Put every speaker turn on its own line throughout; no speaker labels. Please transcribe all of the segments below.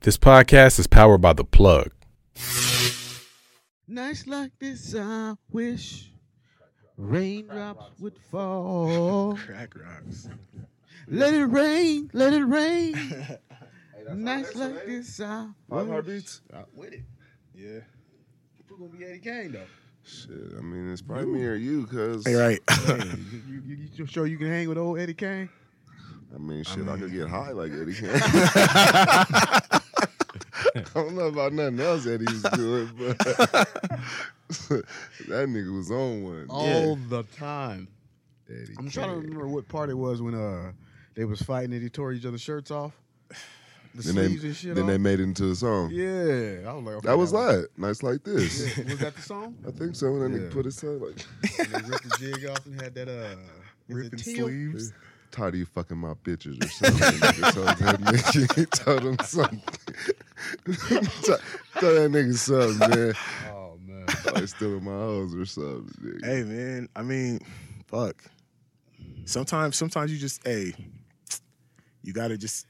This podcast is powered by The Plug.
Nights like this, I wish raindrops would fall.
Crack rocks.
Let it rain, let it rain. Nights like this, I
Five
wish.
heartbeats.
With it,
Yeah.
we're gonna be at the game though.
Shit. I mean, it's probably me or you, cause
right.
you, you, you, you sure you can hang with old Eddie Kane?
I mean, shit. I, could get high like Eddie. Can. I don't know about nothing else Eddie was doing, but that nigga was on one.
All the time.
Oh, Eddie
I'm trying to
Kane.
remember what part it was when uh they was fighting and they tore each other's shirts off. The
Then
sleeves
they,
and shit.
then
off.
they made it into a song.
yeah, I was like, okay,
That was that. Nice like this.
Yeah, Was that the song?
I think so. And then
Yeah.
they put it so like,
and they ripped the jig off and had that uh is it
Ripping
teal?
sleeves.
tired of you fucking my bitches or something. nigga. told that nigga, he told him something. told told that nigga something, man.
Oh man.
Probably stealing my hoes or something. Nigga.
Hey man, I mean, fuck. Sometimes, sometimes you just, hey, you gotta just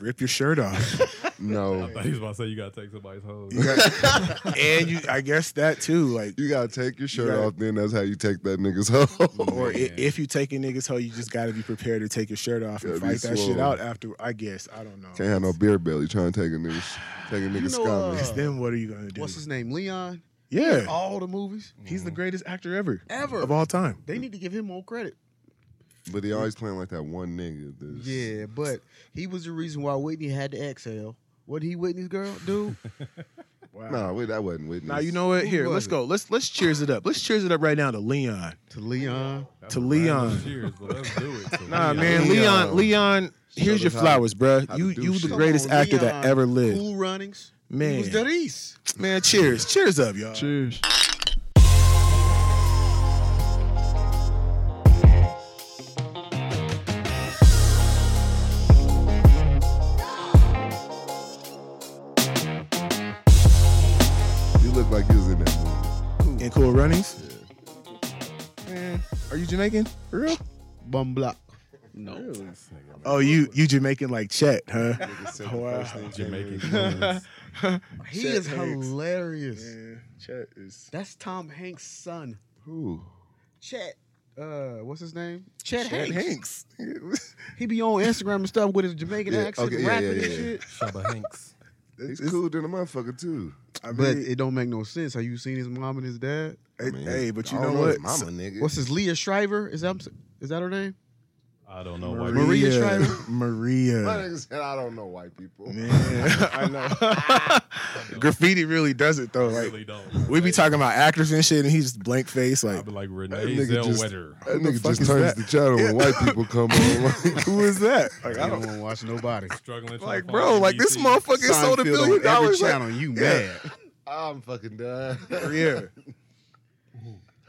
rip your shirt off,
No,
He was about to say you gotta take somebody's hose.
You got- and you, I guess that too, like,
you gotta take your shirt
gotta-
off. Then that's how you take that nigga's hoe.
or i if you take a nigga's hoe, you just gotta be prepared to take your shirt off and
Gotta be
fight that shit
swole.
out after. I guess I don't know.
Can't have no beer belly trying to take a nigga's take a nigga's
know, uh,
stomach.
Then what are you gonna do?
What's his name? Leon.
yeah,
All the movies.
he's
Mm.
the greatest actor ever,
Ever.
of all time.
They need to give him more credit.
But he always playing like that one nigga. that's-
Yeah, but he was the reason why Whitney had to exhale. Wasn't he Whitney's girl, dude?
Wow.
Nah, wait, that wasn't Whitney.
Now you know what?
Who
Here,
was
let's
it?
go. Let's let's cheers it up. Let's cheers it up right now to Leon.
to Leon.
That's
To
a random
Leon.
Cheers, but let's do it. To
Nah,
Leon.
man, Leon, Leon. Here's your
us how
flowers, bruh.
how to
You
do
you the
shit.
greatest
Come on,
actor that
Leon.
ever lived,
Cool runnings. He was
man.
that East.
Man, cheers, cheers up, y'all.
Cheers.
you look like you was in that movie.
And cool runnings. Man, are you Jamaican? For real?
Bum block. No.
Oh, you you Jamaican like Chet, huh?
Nigga said the
Wow.
first thing came in
Jamaican.
his
Queens.
He
Chet
is
Hanks.
hilarious.
Man, Chet is.
That's Tom Hanks' son.
Who?
Chet. Uh, what's his name? Chet,
Chet
Hanks.
Hanks.
He be on Instagram and stuff with his Jamaican
Yeah,
accent
okay, yeah,
rapping
yeah,
and
yeah.
shit.
Shabba Hanks.
He's
It's-
cool than a motherfucker too.
I mean,
But it don't make no sense. Have you seen his mom and his dad?
hey,
Man,
hey, but you
I
know,
don't
what?
his Mama, nigga.
What's his Leah Shriver? Is that is that her name?
I don't know why.
Maria,
you-
Maria Shriver?
My
Maria.
nigga said, I don't know white people.
Man, I know. Graffiti really does it though.
I
Like
really don't.
we be talking about actors and shit, and he's just blank face.
I'll
Like,
be like
That
Renee
nigga just,
Zellweger.
that
the
nigga
fuck
just
is
turns
that?
the channel when white people come on. Like,
who is that? Like, I
I
don't.
don't watch nobody.
Struggling. trying
Like,
to
bro,
find
like this
BBC.
motherfucker sold
Seinfeld
a billion
on every
dollars. Like,
channel. you mad?
I'm fucking done.
yeah.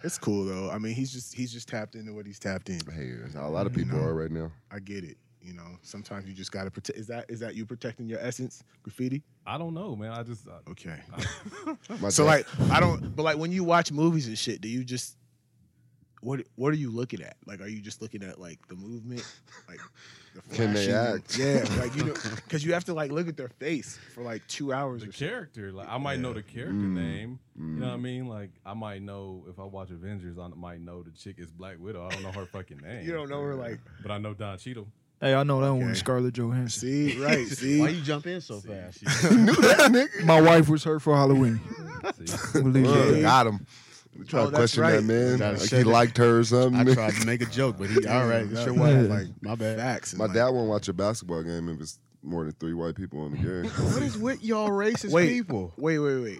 It's cool though. I mean, he's just he's just tapped into what he's tapped in.
Hey, a lot of people are right now.
I get it. You know, sometimes you just gotta protect. Is that is that you protecting your essence, graffiti?
I don't know, man. I just. uh, I,
Okay.
My
So
dad- mm,
like, I don't. But like, when you watch movies and shit, do you just what What are you looking at? Like, are you just looking at like the movement, like the
Can they
flashing?
act?
Yeah, like you know, because you have to like look at their face for like two hours.
the
or shit.
character, like I might know the character
Mm.
name. You know
Mm.
what I mean? Like I might know if I watch Avengers, I might know the chick is Black Widow. I don't know her fucking name.
You don't know her like.
But I know Don Cheadle.
Hey, I know that one,
Okay.
Scarlett Johansson.
See right.
Why
See.
you jump in so fast?
My wife was hurt for Halloween.
See?
We'll leave it at
Look,
that.
got him. We try
Oh,
to
that's
question
right.
that man.
Gotta
Like he
shut it.
liked her or something.
I tried to make a joke, but he all right. It's your wife. Like my bad.
Facts. and,
My
like,
dad won't watch a basketball game if it's more than three white people on the game.
What is with y'all racist
Wait.
people?
Wait, wait, wait.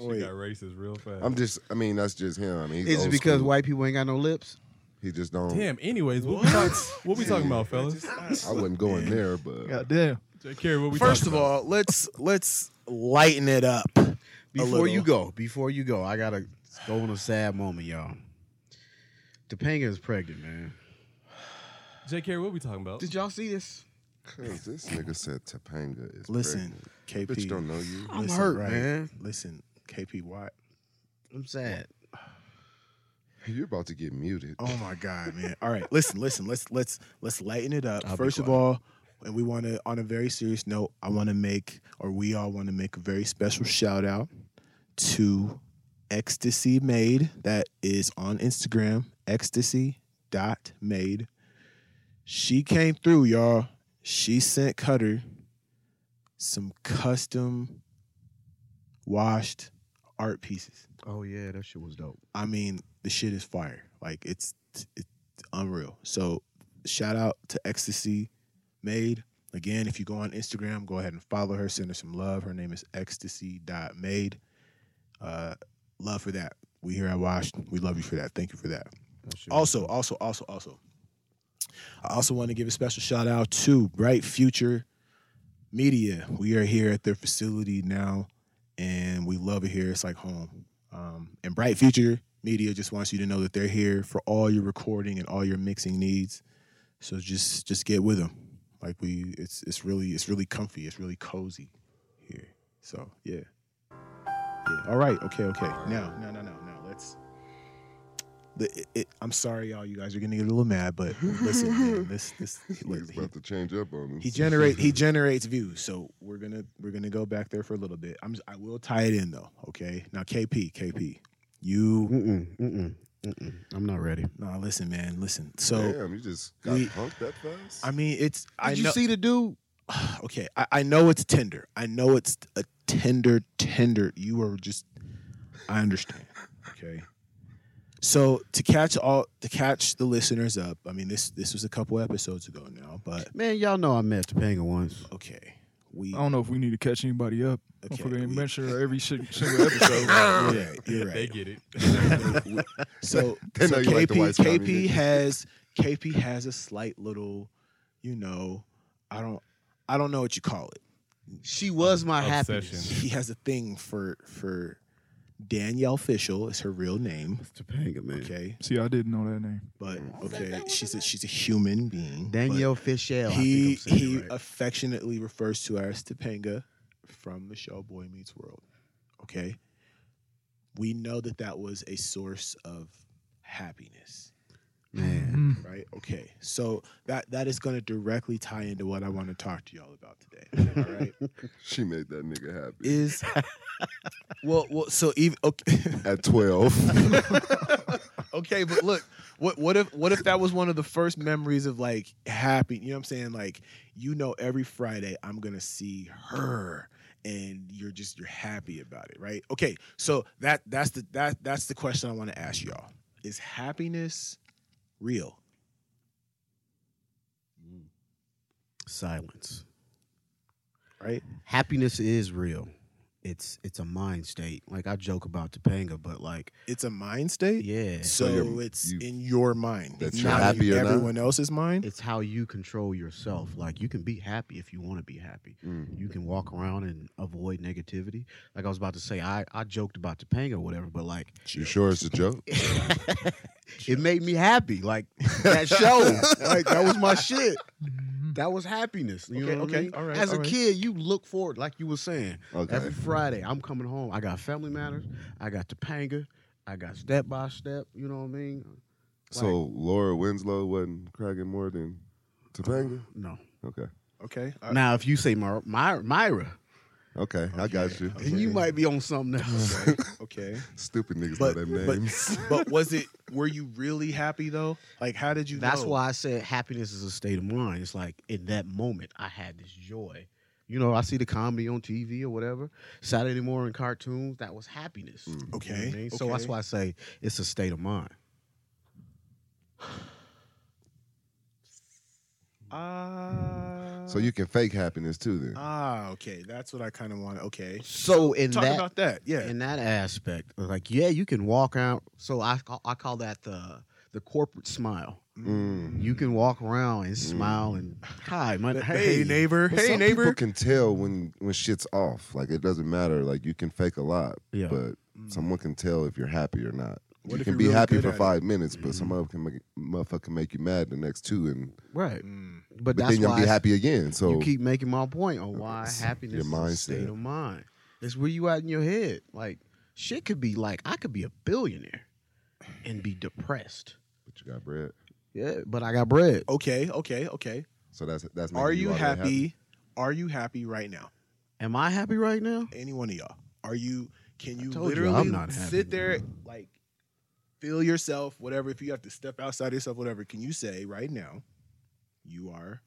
She
Wait.
got racist real fast.
I'm just, I mean, that's just him. I mean, he's
Is it
old
because
school.
white people ain't got no lips?
He just don't.
Damn. Anyways, what, we, talk, what we talking about, fellas?
I wasn't going there, but
Goddamn.
Take care. What we
First
talking
of
about?
all, let's let's lighten it up.
Before
little.
you go, before you go, I gotta go on a sad moment, y'all. Topanga is pregnant, man.
Jay Carey, what we talking about?
Did y'all see this?
Cause this nigga said Topanga is
Listen,
pregnant.
KP.
Bitch don't know you.
I'm
Listen,
hurt,
right.
man.
Listen, KP Watt.
I'm sad.
You're about to get muted.
Oh my God, man. All right, listen, listen. Let's let's let's lighten it up.
I'll be
First of
quiet.
all, and we want to, on a very serious note, I want to make, or we all want to make a very special shout out to Ecstasy Made. That is on Instagram, ecstasy.made. She came through, y'all. She sent Cutter some custom washed art pieces.
Oh yeah, that shit was dope.
I mean, the shit is fire. Like it's it's unreal. So shout out to Ecstasy Made. Again, if you go on Instagram, go ahead and follow her, send her some love. Her name is ecstasy.made. Uh love for that. We here at Wash. We love you for that. Thank you for that.
That shit was
Also, also, also, also. I also want to give a special shout out to Bright Future Media. We are here at their facility now, and we love it here. It's like home. Um, and Bright Future Media just wants you to know that they're here for all your recording and all your mixing needs. So just just get with them. Like we, it's it's really it's really comfy. It's really cozy here. So yeah, yeah. All right. Okay. Okay. Now now now now now let's the, it, it, I'm sorry, y'all. You guys are gonna get a little mad, but listen, man, this this
He's
look, he,
about to change up on him.
he generate he generates views, so we're gonna we're gonna go back there for a little bit. I'm just, I will tie it in though. Okay, now KP KP, you
Mm-mm, mm-mm, mm-mm. I'm not ready.
nah, listen, man, listen. So
Damn, you just got
we-
punked that fast?
I mean, it's I
Did you
know.
see the dude?
okay, I, I know it's Tinder. I know it's a tender, tender. You are just, I understand. Okay. So to catch all to catch the listeners up, I mean this this was a couple episodes ago now, but
Man, y'all know I met Topanga once.
okay, we
I don't know if we need to catch anybody up.
okay,
I'm gonna
we-
mention her every si- single episode.
you're right, you're right.
They get it.
So,
They
so
know you like the
KP,
white spot,
KP
nigga.
has KP has a slight little, you know, I don't I don't know what you call it.
She was my happiness.
Obsession.
He has a thing for for Danielle Fishel is her real name.
Topanga, man.
Okay,
See, I didn't know that name.
but
Mm.
okay, she's a she's a human being. but
Danielle Fischel. I
He
think I'm saying
he
it right.
affectionately refers to her as Topanga from the show Boy Meets World. Okay, we know that that was a source of happiness.
man.
right? Okay, so that that is going to directly tie into what I want to talk to y'all about today. All right,
she made that nigga happy.
is well, well, so even okay,
At 12.
okay, but look, what what if what if that was one of the first memories of like happy? You know what I'm saying? Like you know, every Friday I'm gonna see her. And you're just you're happy about it, right? Okay, so that that's the that that's the question I want to ask y'all: Is happiness real?
Silence.
Right?
Happiness is real. It's it's a mind state. Like I joke about Topanga, but like
It's a mind state.
yeah,
So,
you're-
it's
you-
in your mind.
That's
It's
you're
not
happy
in
or not?
everyone else's mind.
it's how you control yourself. Like you can be happy if you want to be happy.
Mm.
You can walk around and avoid negativity. Like I was about to say, I I joked about Topanga or whatever, but like
You sure it's a joke?
it made me happy. Like that show, like that was my shit. That was happiness. You
Okay,
know what
okay,
I mean?
all right,
As a
all right.
kid, you look forward, like you were saying.
Okay.
Every Friday, I'm coming home. I got family matters. I got Topanga. I got step by step. You know what I mean?
So Laura Winslow wasn't cracking more than Topanga?
No.
Okay.
Okay. uh, I-
now, if you say Myra, Myra, Myra
Okay,
Oh,
I got you.
then you might be on something else.
okay.
Stupid niggas know
But,
their
but
names.
but was it? Were you really happy though? Like, how did you?
That's
know?
why I said happiness is a state of mind. It's like in that moment, I had this joy. You know, I see the comedy on TV or whatever, Saturday morning cartoons. That was happiness. You know what I
Okay,
mean? So that's
okay.
why I say it's a state of mind.
Ah.
so you can fake happiness too then.
Ah. Okay. That's what I kind of wanted. Okay.
So in
Talk
that
about that. Yeah.
in that aspect, like yeah, you can walk out. So I call, I call that the the corporate smile.
Mm.
You can walk around and smile and hi, my
hey,
hey,
neighbor.
But
hey
some
neighbor.
People can tell when when shit's off. Like it doesn't matter. Like you can fake a lot,
Yeah.
but someone can tell if you're happy or not.
Mm. What
you
if
can
you're
be
really
happy
good
for
at it?
five minutes, but some
Mm-hmm.
other can make, motherfucker can make you mad the next two, and
right.
Mm.
But,
but
that's
then you'll
why
be
I-
happy again. So
you keep making my point on why
it's
happiness
your
is a state
mindset.
of mind. It's where you at in your head. Like shit could be like I could be a billionaire and be depressed.
but you got bread.
Yeah, but I got bread.
Okay. Okay. Okay.
So that's that's. making
Are you
already
happy? Are you happy right now?
Am I happy right now?
Any one of y'all? Are you? Can you
told you,
literally
I'm not happy
sit there like feel yourself? Whatever. If you have to step outside yourself, whatever. Can you say right now, you are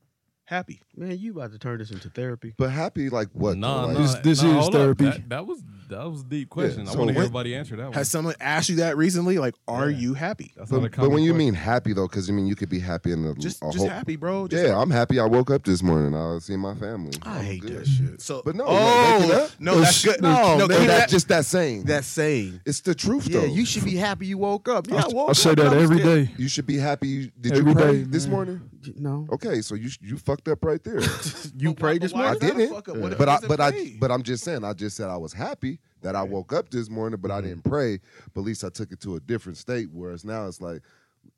happy?
Man, you about to turn this into therapy.
But happy like what?
Nah,
Like,
nah,
This- this
nah,
is
hold up.
therapy.
That, that was that was a deep question. I want
so
to
what-
hear everybody answer that one.
Has someone asked you that recently? Like, are
Oh, Yeah.
you happy?
That's not a
But, but
common
when you
question.
mean happy though, because I mean you could be happy in a,
Just,
a
Oh,
just
whole.
happy, bro. Just
Yeah, I'm happy. I woke up this morning. I see my family.
I
I'm
hate
good.
that Oh, shit.
So,
But no,
oh,
no, that-
no, that's good.
no,
No,
man,
keep
That's
that-
just that saying.
That saying.
it's the truth
Yeah,
though.
you should be happy you woke up. Yeah, I woke
I say
Oh,
up.
that
I'm
every
still-
day.
You should be happy. You, did
Every
you pray
day,
this
man.
morning?
No.
Okay, so you you fucked up right there.
You
But why-
prayed this
but why
I
morning?
is that a
didn't.
fuck up? What if
But
it
I
wasn't
but I
me?
but I'm just saying. I just said I was happy that I woke up this morning,
Mm-hmm.
but I didn't pray. But at least I took it to a different state. Whereas now it's like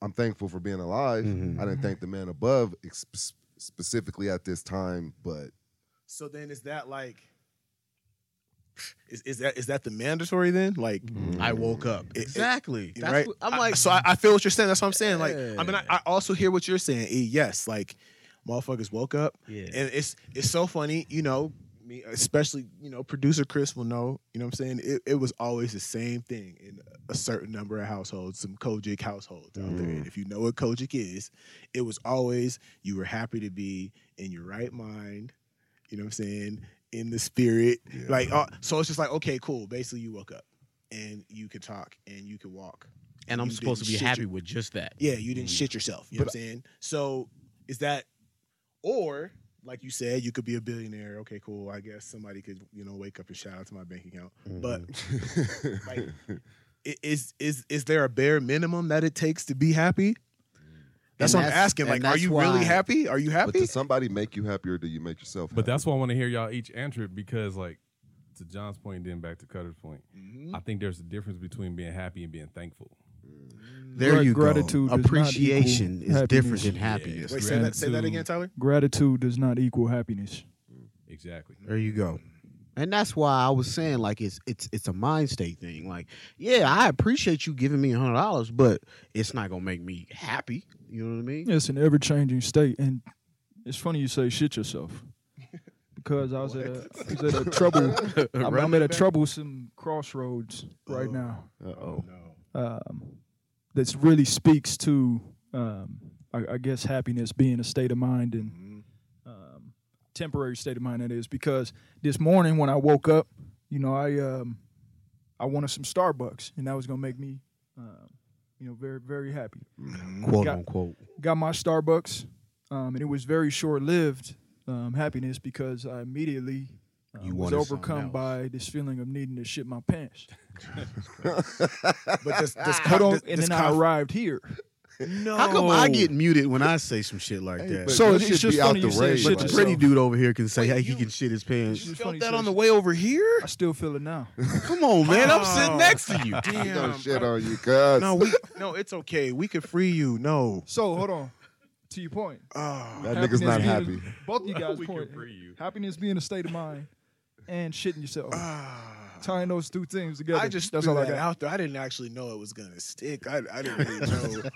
I'm thankful for being alive.
Mm-hmm.
I didn't thank the man above ex- sp- specifically at this time, but
So then is that like is, is that is that the mandatory then? Like
Mm.
Mm-hmm.
uh,
I woke up.
It- it-
Exactly. That's
right?
what, I'm
I-
like,
so I, I feel what you're saying. That's what I'm saying. Like I mean
Yeah.
I, I also hear what you're saying. E, yes, like motherfuckers woke up.
Yeah.
And it's it's so funny, you know, me especially, you know, producer Chris will know, you know what I'm saying? It, it was always the same thing in a certain number of households, some Kojic households out there. And if you know what Kojic is, it was always you were happy to be in your right mind, you know what I'm saying, in the spirit. Like uh, so it's just like, okay, cool. Basically you woke up and you could talk and you could walk.
and I'm
You
supposed to
didn't
be
shit
happy
your-
with just that.
yeah, you
Mm-hmm. Mm.
didn't shit yourself. You know what I'm saying? So is that or like you said, you could be a billionaire. Okay, cool. I guess somebody could, you know, wake up and shout out to my bank account.
Mm-hmm.
But like
Mm-hmm.
i- is is is there a bare minimum that it takes to be happy? That's
Mm. And
what I'm
that's-
asking.
and
Like, are
that's
you
why-
really happy? Are you
but
happy?
does somebody make you happy or do you make yourself?
But
happy?
that's why I want to hear y'all each answer it because, like, to John's point, then back to Cutter's point,
Mm-hmm.
I think there's a difference between being happy and being thankful.
There
Grat-
you go.
gratitude does not equal
Appreciation is different
happiness.
than
Yeah.
happiness.
Wait, say that, say that
Gratitude.
again, Tyler.
Gratitude does not equal happiness.
Exactly.
There you go. And that's why I was saying like it's it's it's a mind state thing. Like, yeah, I appreciate you giving me a hundred dollars, but it's not gonna make me happy. You know what I mean?
It's an ever changing state, and it's funny you say shit yourself because I was at a, I was at a trouble. I'm, I'm at a troublesome crossroads right now.
Uh-oh.
Um, that really speaks to, um, I, I guess, happiness being a state of mind and
Mm-hmm.
um, temporary state of mind that is. Because this morning when I woke up, you know, I um, I wanted some Starbucks, and that was gonna make me, um, you know, very very happy
Quote
Got-
unquote.
got my Starbucks, um, and it was very short lived um, happiness because I immediately uh,
You
was
wanted something
overcome
else.
by this feeling of needing to shit my pants.
But does, does,
Put on,
does,
and
does
then I
conf-
arrived here.
no.
How come I get muted when I say some shit like that?
But
So
you
it's
should
just
be out
funny
the
you say
rage,
shit
but the
right?
yourself.
pretty dude over here can say, "Hey, he
you-
can shit his pants."
felt
It's funny you
that
say
on the
shit.
way over here?
I still feel it now.
Come on, man! I'm sitting
Oh.
next to you.
You don't
Damn.
shit on you, cuz.
No, we, no, it's okay. We could free you. No.
So hold on, to your point.
Oh.
that nigga's not
Happiness
happy.
being- both of you guys'
We can
point.
free you.
Happiness being a state of mind and shitting yourself. Tying those two things together.
Ah. I just
that's
threw
all I
that
got.
out there. I didn't actually know it was gonna stick. I, I didn't really know.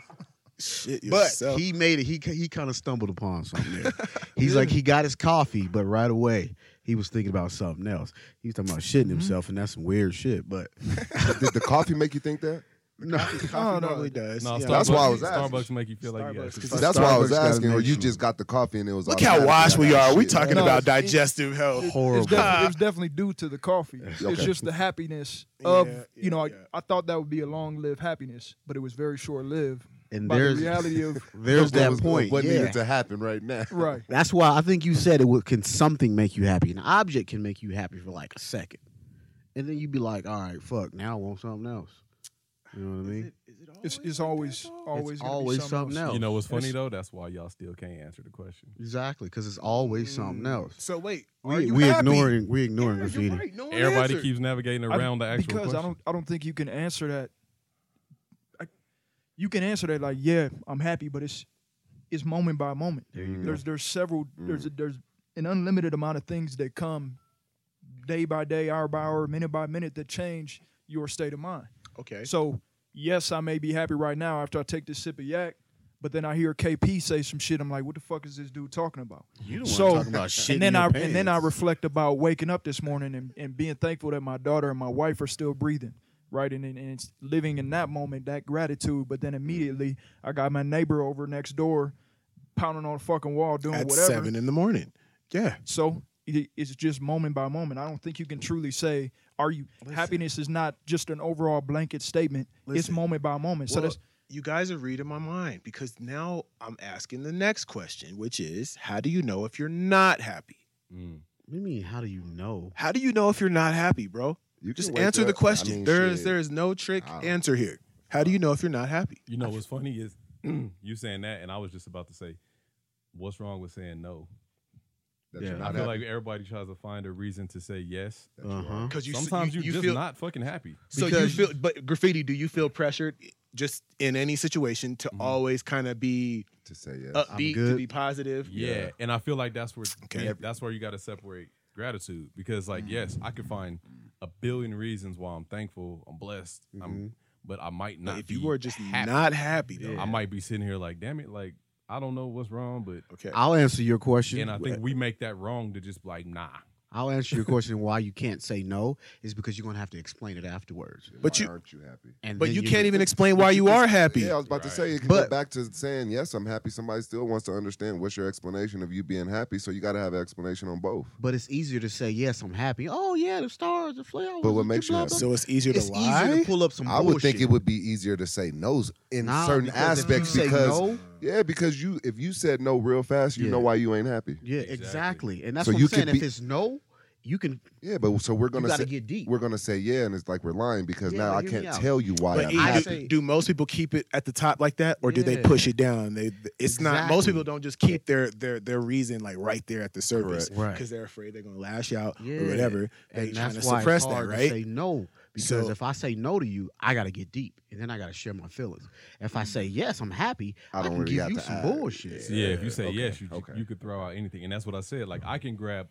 Shit,
But
yourself.
he made it. He he kind of stumbled upon something. There. He's like he got his coffee, but right away he was thinking about something else. He was talking about shitting himself, and that's some weird shit. But
Did the coffee make you think that?
no,
coffee
Oh, no.
normally does.
No,
Yeah.
Starbucks,
That's why I was asking.
Starbucks make you feel like you
Starbucks,
got to-
'cause
See, that's why I was
Starbucks gotta
asking, or
make
you
sure.
just got the coffee and it was.
Look how
automatic.
washed we are. We
Shit.
talking
No,
about
it's-
digestive health.
It's,
horrible.
defi- it was definitely due to the coffee. It's
Okay.
just the happiness of
Yeah, yeah,
you know. I,
yeah.
I thought that would be a long-lived happiness, but it was very short-lived.
and
By the
there's
reality of
there's
What
that
was-
point.
What
yeah.
needed to happen right now?
right,
That's why I think you said it. Would, can something make you happy? An object can make you happy for like a second, and then you'd be like, "All right, fuck. Now I want something else." You know what I mean?
it's it's always always
It's
gonna be
always something else.
You know what's
And
funny
it's-
though? That's why y'all still can't answer the question.
Exactly, because it's always something else.
So wait, are
Mm. We
you
we
happy?
ignoring we ignoring
Yeah,
graffiti.
you're right. No one
Everybody
answered.
keeps navigating
I-
around the actual
because
question.
I don't I don't think you can answer that. I, you can answer that like yeah, I'm happy, but it's it's moment by moment.
There you go. Mm.
There's there's several there's there's an unlimited amount of things that come day by day, hour by hour, minute by minute that change your state of mind.
Okay.
So yes, I may be happy right now after I take this sip of yak, But then I hear KP say some shit. I'm like, what the fuck is this dude talking about?
You don't
So-
want to talk about shit.
and then
in
I
your pants.
and then I reflect about waking up this morning and, and being thankful that my daughter and my wife are still breathing, right? And, and and it's living in that moment, that gratitude. But then immediately I got my neighbor over next door, pounding on the fucking wall, doing
at
whatever.
seven in the morning. Yeah,
So it- it's just moment by moment. I don't think you can truly say, "Are you?" Happiness is not just an overall blanket statement. It's
Listen.
moment by moment. so
Well,
that's
you guys are reading my mind because now I'm asking the next question, which is, how do you know if you're not happy?
Mm.
What do you mean? How do you know?
How do you know if you're not happy, bro?
You can
Just
wake
answer the
up- I
question.
mean,
there is
shit.
there is no trick
I don't-
answer here. How do you know if you're not happy?
You know what's funny is you saying that, and I was just about to say, what's wrong with saying no?
that you're
Yeah,
I
not
feel
happy,
like everybody tries to find a reason to say yes.
that you
Uh
are.
huh.
Because
Sometimes you,
you,
just
feel
not fucking happy.
so you
because-
feel. But graffiti, do you feel pressured just in any situation to
Mhm.
always kind of be
to say Mm-hmm. yes.
I'm
upbeat, to
good.
be positive?
Yeah. And I feel like that's where
Okay.
that's where you got to separate gratitude because like yes, I could find a billion reasons why I'm thankful, I'm blessed, I'm but I might
Mm-hmm. But
not
if
be
you were just
happy.
not happy, though,
I might be sitting here like, damn it, like I don't know what's wrong, but
okay.
I'll answer your question.
and I think we make that wrong to just like nah.
I'll answer your question. Why you can't say no is because you're gonna have to explain it afterwards.
But
Why
you-
aren't you happy?
And
but
then
you
you're
can't
gonna-
even explain why you are happy.
Yeah, I was about to
Right.
say it can
But-
go back to saying yes, I'm happy. Somebody still wants to understand what's your explanation of you being happy, so you got to have an explanation on both.
But it's easier to say yes, I'm happy. Oh yeah, the stars, the flowers.
But what
the
makes you
blah,
happy?
blah,
So it's easier to
it's
lie.
easier to pull up some.
I would think
bullshit.
it would be easier to say no in
Nah,
certain
because if you
aspects
say
because
no-
yeah, because you if you said no real fast, you
Yeah.
know why you ain't happy.
Yeah,
Exactly.
exactly. And that's
So
what
you
I'm saying.
could
if
be-
it's no, you can.
Yeah, but so we're
You
gonna
got to
say,
get deep.
we're gonna say yeah, and it's like we're lying because
Yeah,
now
but
I
hear
can't
me out.
tell you why
But
I'm
E,
I
do,
happy.
say-
do most people keep it at the top like that, or do they
Yeah.
push it down? They, th- it's not. Most
Exactly.
people don't just keep their their their reason like right there at the surface,
Correct. Right.
Because they're afraid they're gonna lash out
Yeah.
or whatever. They
and
trying
that's
to
why
suppress
it's
that,
hard
right?
to say no because
So-
if I say no to you, I got to get deep, and then I got to share my feelings. If I say yes, I'm happy.
I
I,
don't
can
really
give
have
you
to
some
add.
bullshit.
Yeah, if you say
okay,
yes, you,
okay.
you could throw out anything. And that's what I said. Like I can grab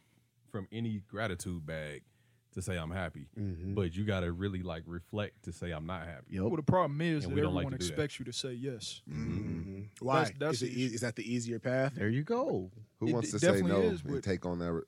from any gratitude bag to say I'm happy.
Mhm.
But you gotta really like reflect to say I'm not happy.
Yup.
well, the problem is
And
that
we don't like
everyone
to do that.
expects you to say yes.
Mm-hmm.
Mhm.
Mm-hmm. Why
That's- that's
is, it
the
e- is that the easier path?
There you go.
Who
It-
wants to
it
say
definitely
no
is,
and
but-
take on that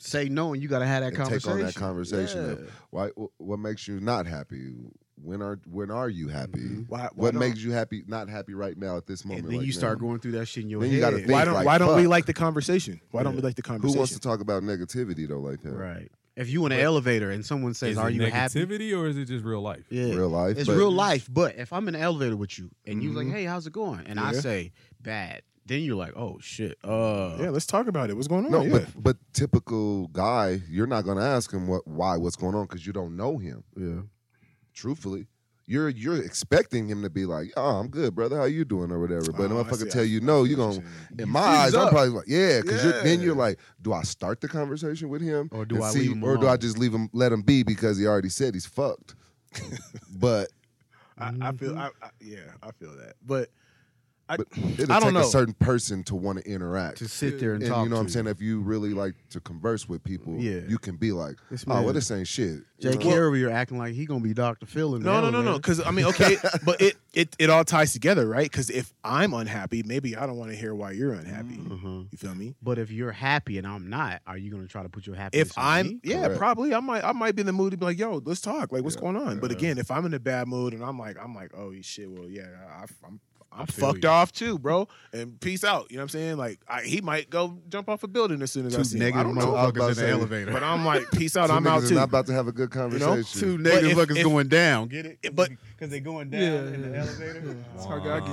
Say no, and you got to have that
and take
conversation.
on that conversation of
Yeah.
why wh- what makes you not happy? When are when are you happy?
Mhm.
Why, why
What
don't-
makes you happy? Not happy right now at this moment.
and then
right
you start
now?
going through that shit in your
Then
head.
you gotta think
why don't
like,
why don't we
fuck.
like the conversation? Why don't we like the
Who
conversation?
wants to talk about negativity though, like that?
right. If you in an elevator and someone says,
is
"Are
it
you happy?"
negativity or is it just real life?
Yeah,
Real life.
it's
but- Mm-hmm.
real life. But if I'm in an elevator with you and you're like, "Hey, how's it going?" and I
Yeah.
say, "Bad," then you're like, "Oh shit." Uh,
yeah, let's talk about it. What's going on?
No,
Yeah.
but but typical guy, you're not gonna ask him what why what's going on because you don't know him.
yeah.
Truthfully, you're you're expecting him to be like, "Oh, I'm good, brother. How you doing?" or whatever. But
Oh, I
if motherfucker
see.
tell
I-
you
I
no,
see
you
what
gonna
you're saying.
in my eyes,
freeze
I'm
up.
probably like, "Yeah," because then
Yeah.
you're like, "Do I start the conversation with him,
Or do
and
I
see-
leave him
or do I
alone?
just leave him let him be because he already said he's fucked?" but
I, I feel.
Mm-hmm.
I, I, yeah, I feel that. But I,
it'll
I don't
take
know.
a certain person to want to interact.
To sit there and,
and
talk.
you know what
to
I'm saying? If you really like to converse with people,
Yeah.
you can be like,
This
oh, well,
man-
this ain't shit.
Jay
You know?
Carrier acting like he gonna be Dr. Phil in the
No, no, no, no.
elevator.
Because I mean, okay, but it it it all ties together, right? Because if I'm unhappy, maybe I don't want to hear why you're unhappy.
Mhm.
You feel me?
But if you're happy and I'm not, are you gonna try to put your happiness?
If
on
I'm
me?
yeah,
Correct.
probably I might I might be in the mood to be like, yo, let's talk. Like, what's
Yeah,
going on? But
yeah.
again, if I'm in a bad mood and I'm like, I'm like, oh shit, well yeah, I, I'm I'm
I feel
fucked
you.
off too, bro. And peace out. You know what I'm saying? Like, I, he might go jump off a building as soon as I see
two
him. I
negative
don't know.
I was about
motherfuckers
to
in the
say-
elevator.
But I'm like, peace out.
Two
I'm out
niggas is
too.
not about to have a good
know?
conversation.
two
if-
negative fuckers
if-
going down. Get it?
but
Because they're going
Yeah,
down in the
yeah.
elevator.
That's how God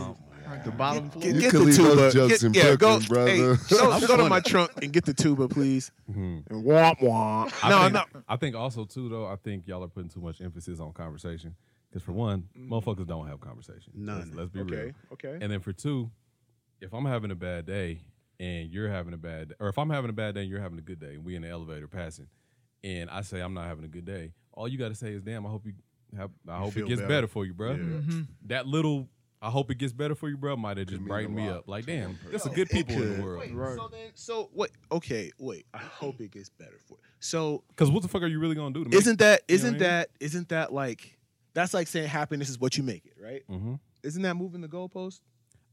get it.
The bottom
Get,
floor.
You
get
could
the
leave
tuba.
those jokes
Get-
in
yeah, go,
Brooklyn,
hey,
brother.
go, go to my trunk and get the tuba, please.
Mhm.
And womp womp.
I
No,
think,
no.
I think also too though. I think y'all are putting too much emphasis on conversation. Because for one, motherfuckers don't have conversation. Let's,
None.
let's be real.
Okay, okay.
And then for two, if I'm having a bad day and you're having a bad, or if I'm having a bad day and you're having a good day, and we in the elevator passing, and I say I'm not having a good day, all you got to say is, "Damn, I hope you have, I hope it
feel
gets better,
better."
for you, bro." That little, I hope it gets better for you, bro, might have just
mean a
brightened me
lot
up. Like, damn, there's some good
It
people in
could.
the world.
Right.
So then, so wait. Okay, wait. I hope it gets better for. So
Because what the fuck are you really gonna do? To make
isn't that
You know what I
isn't
mean?
that isn't that like that's like saying happiness is what you make it, right?
Mm-hmm.
Isn't that moving the goalpost?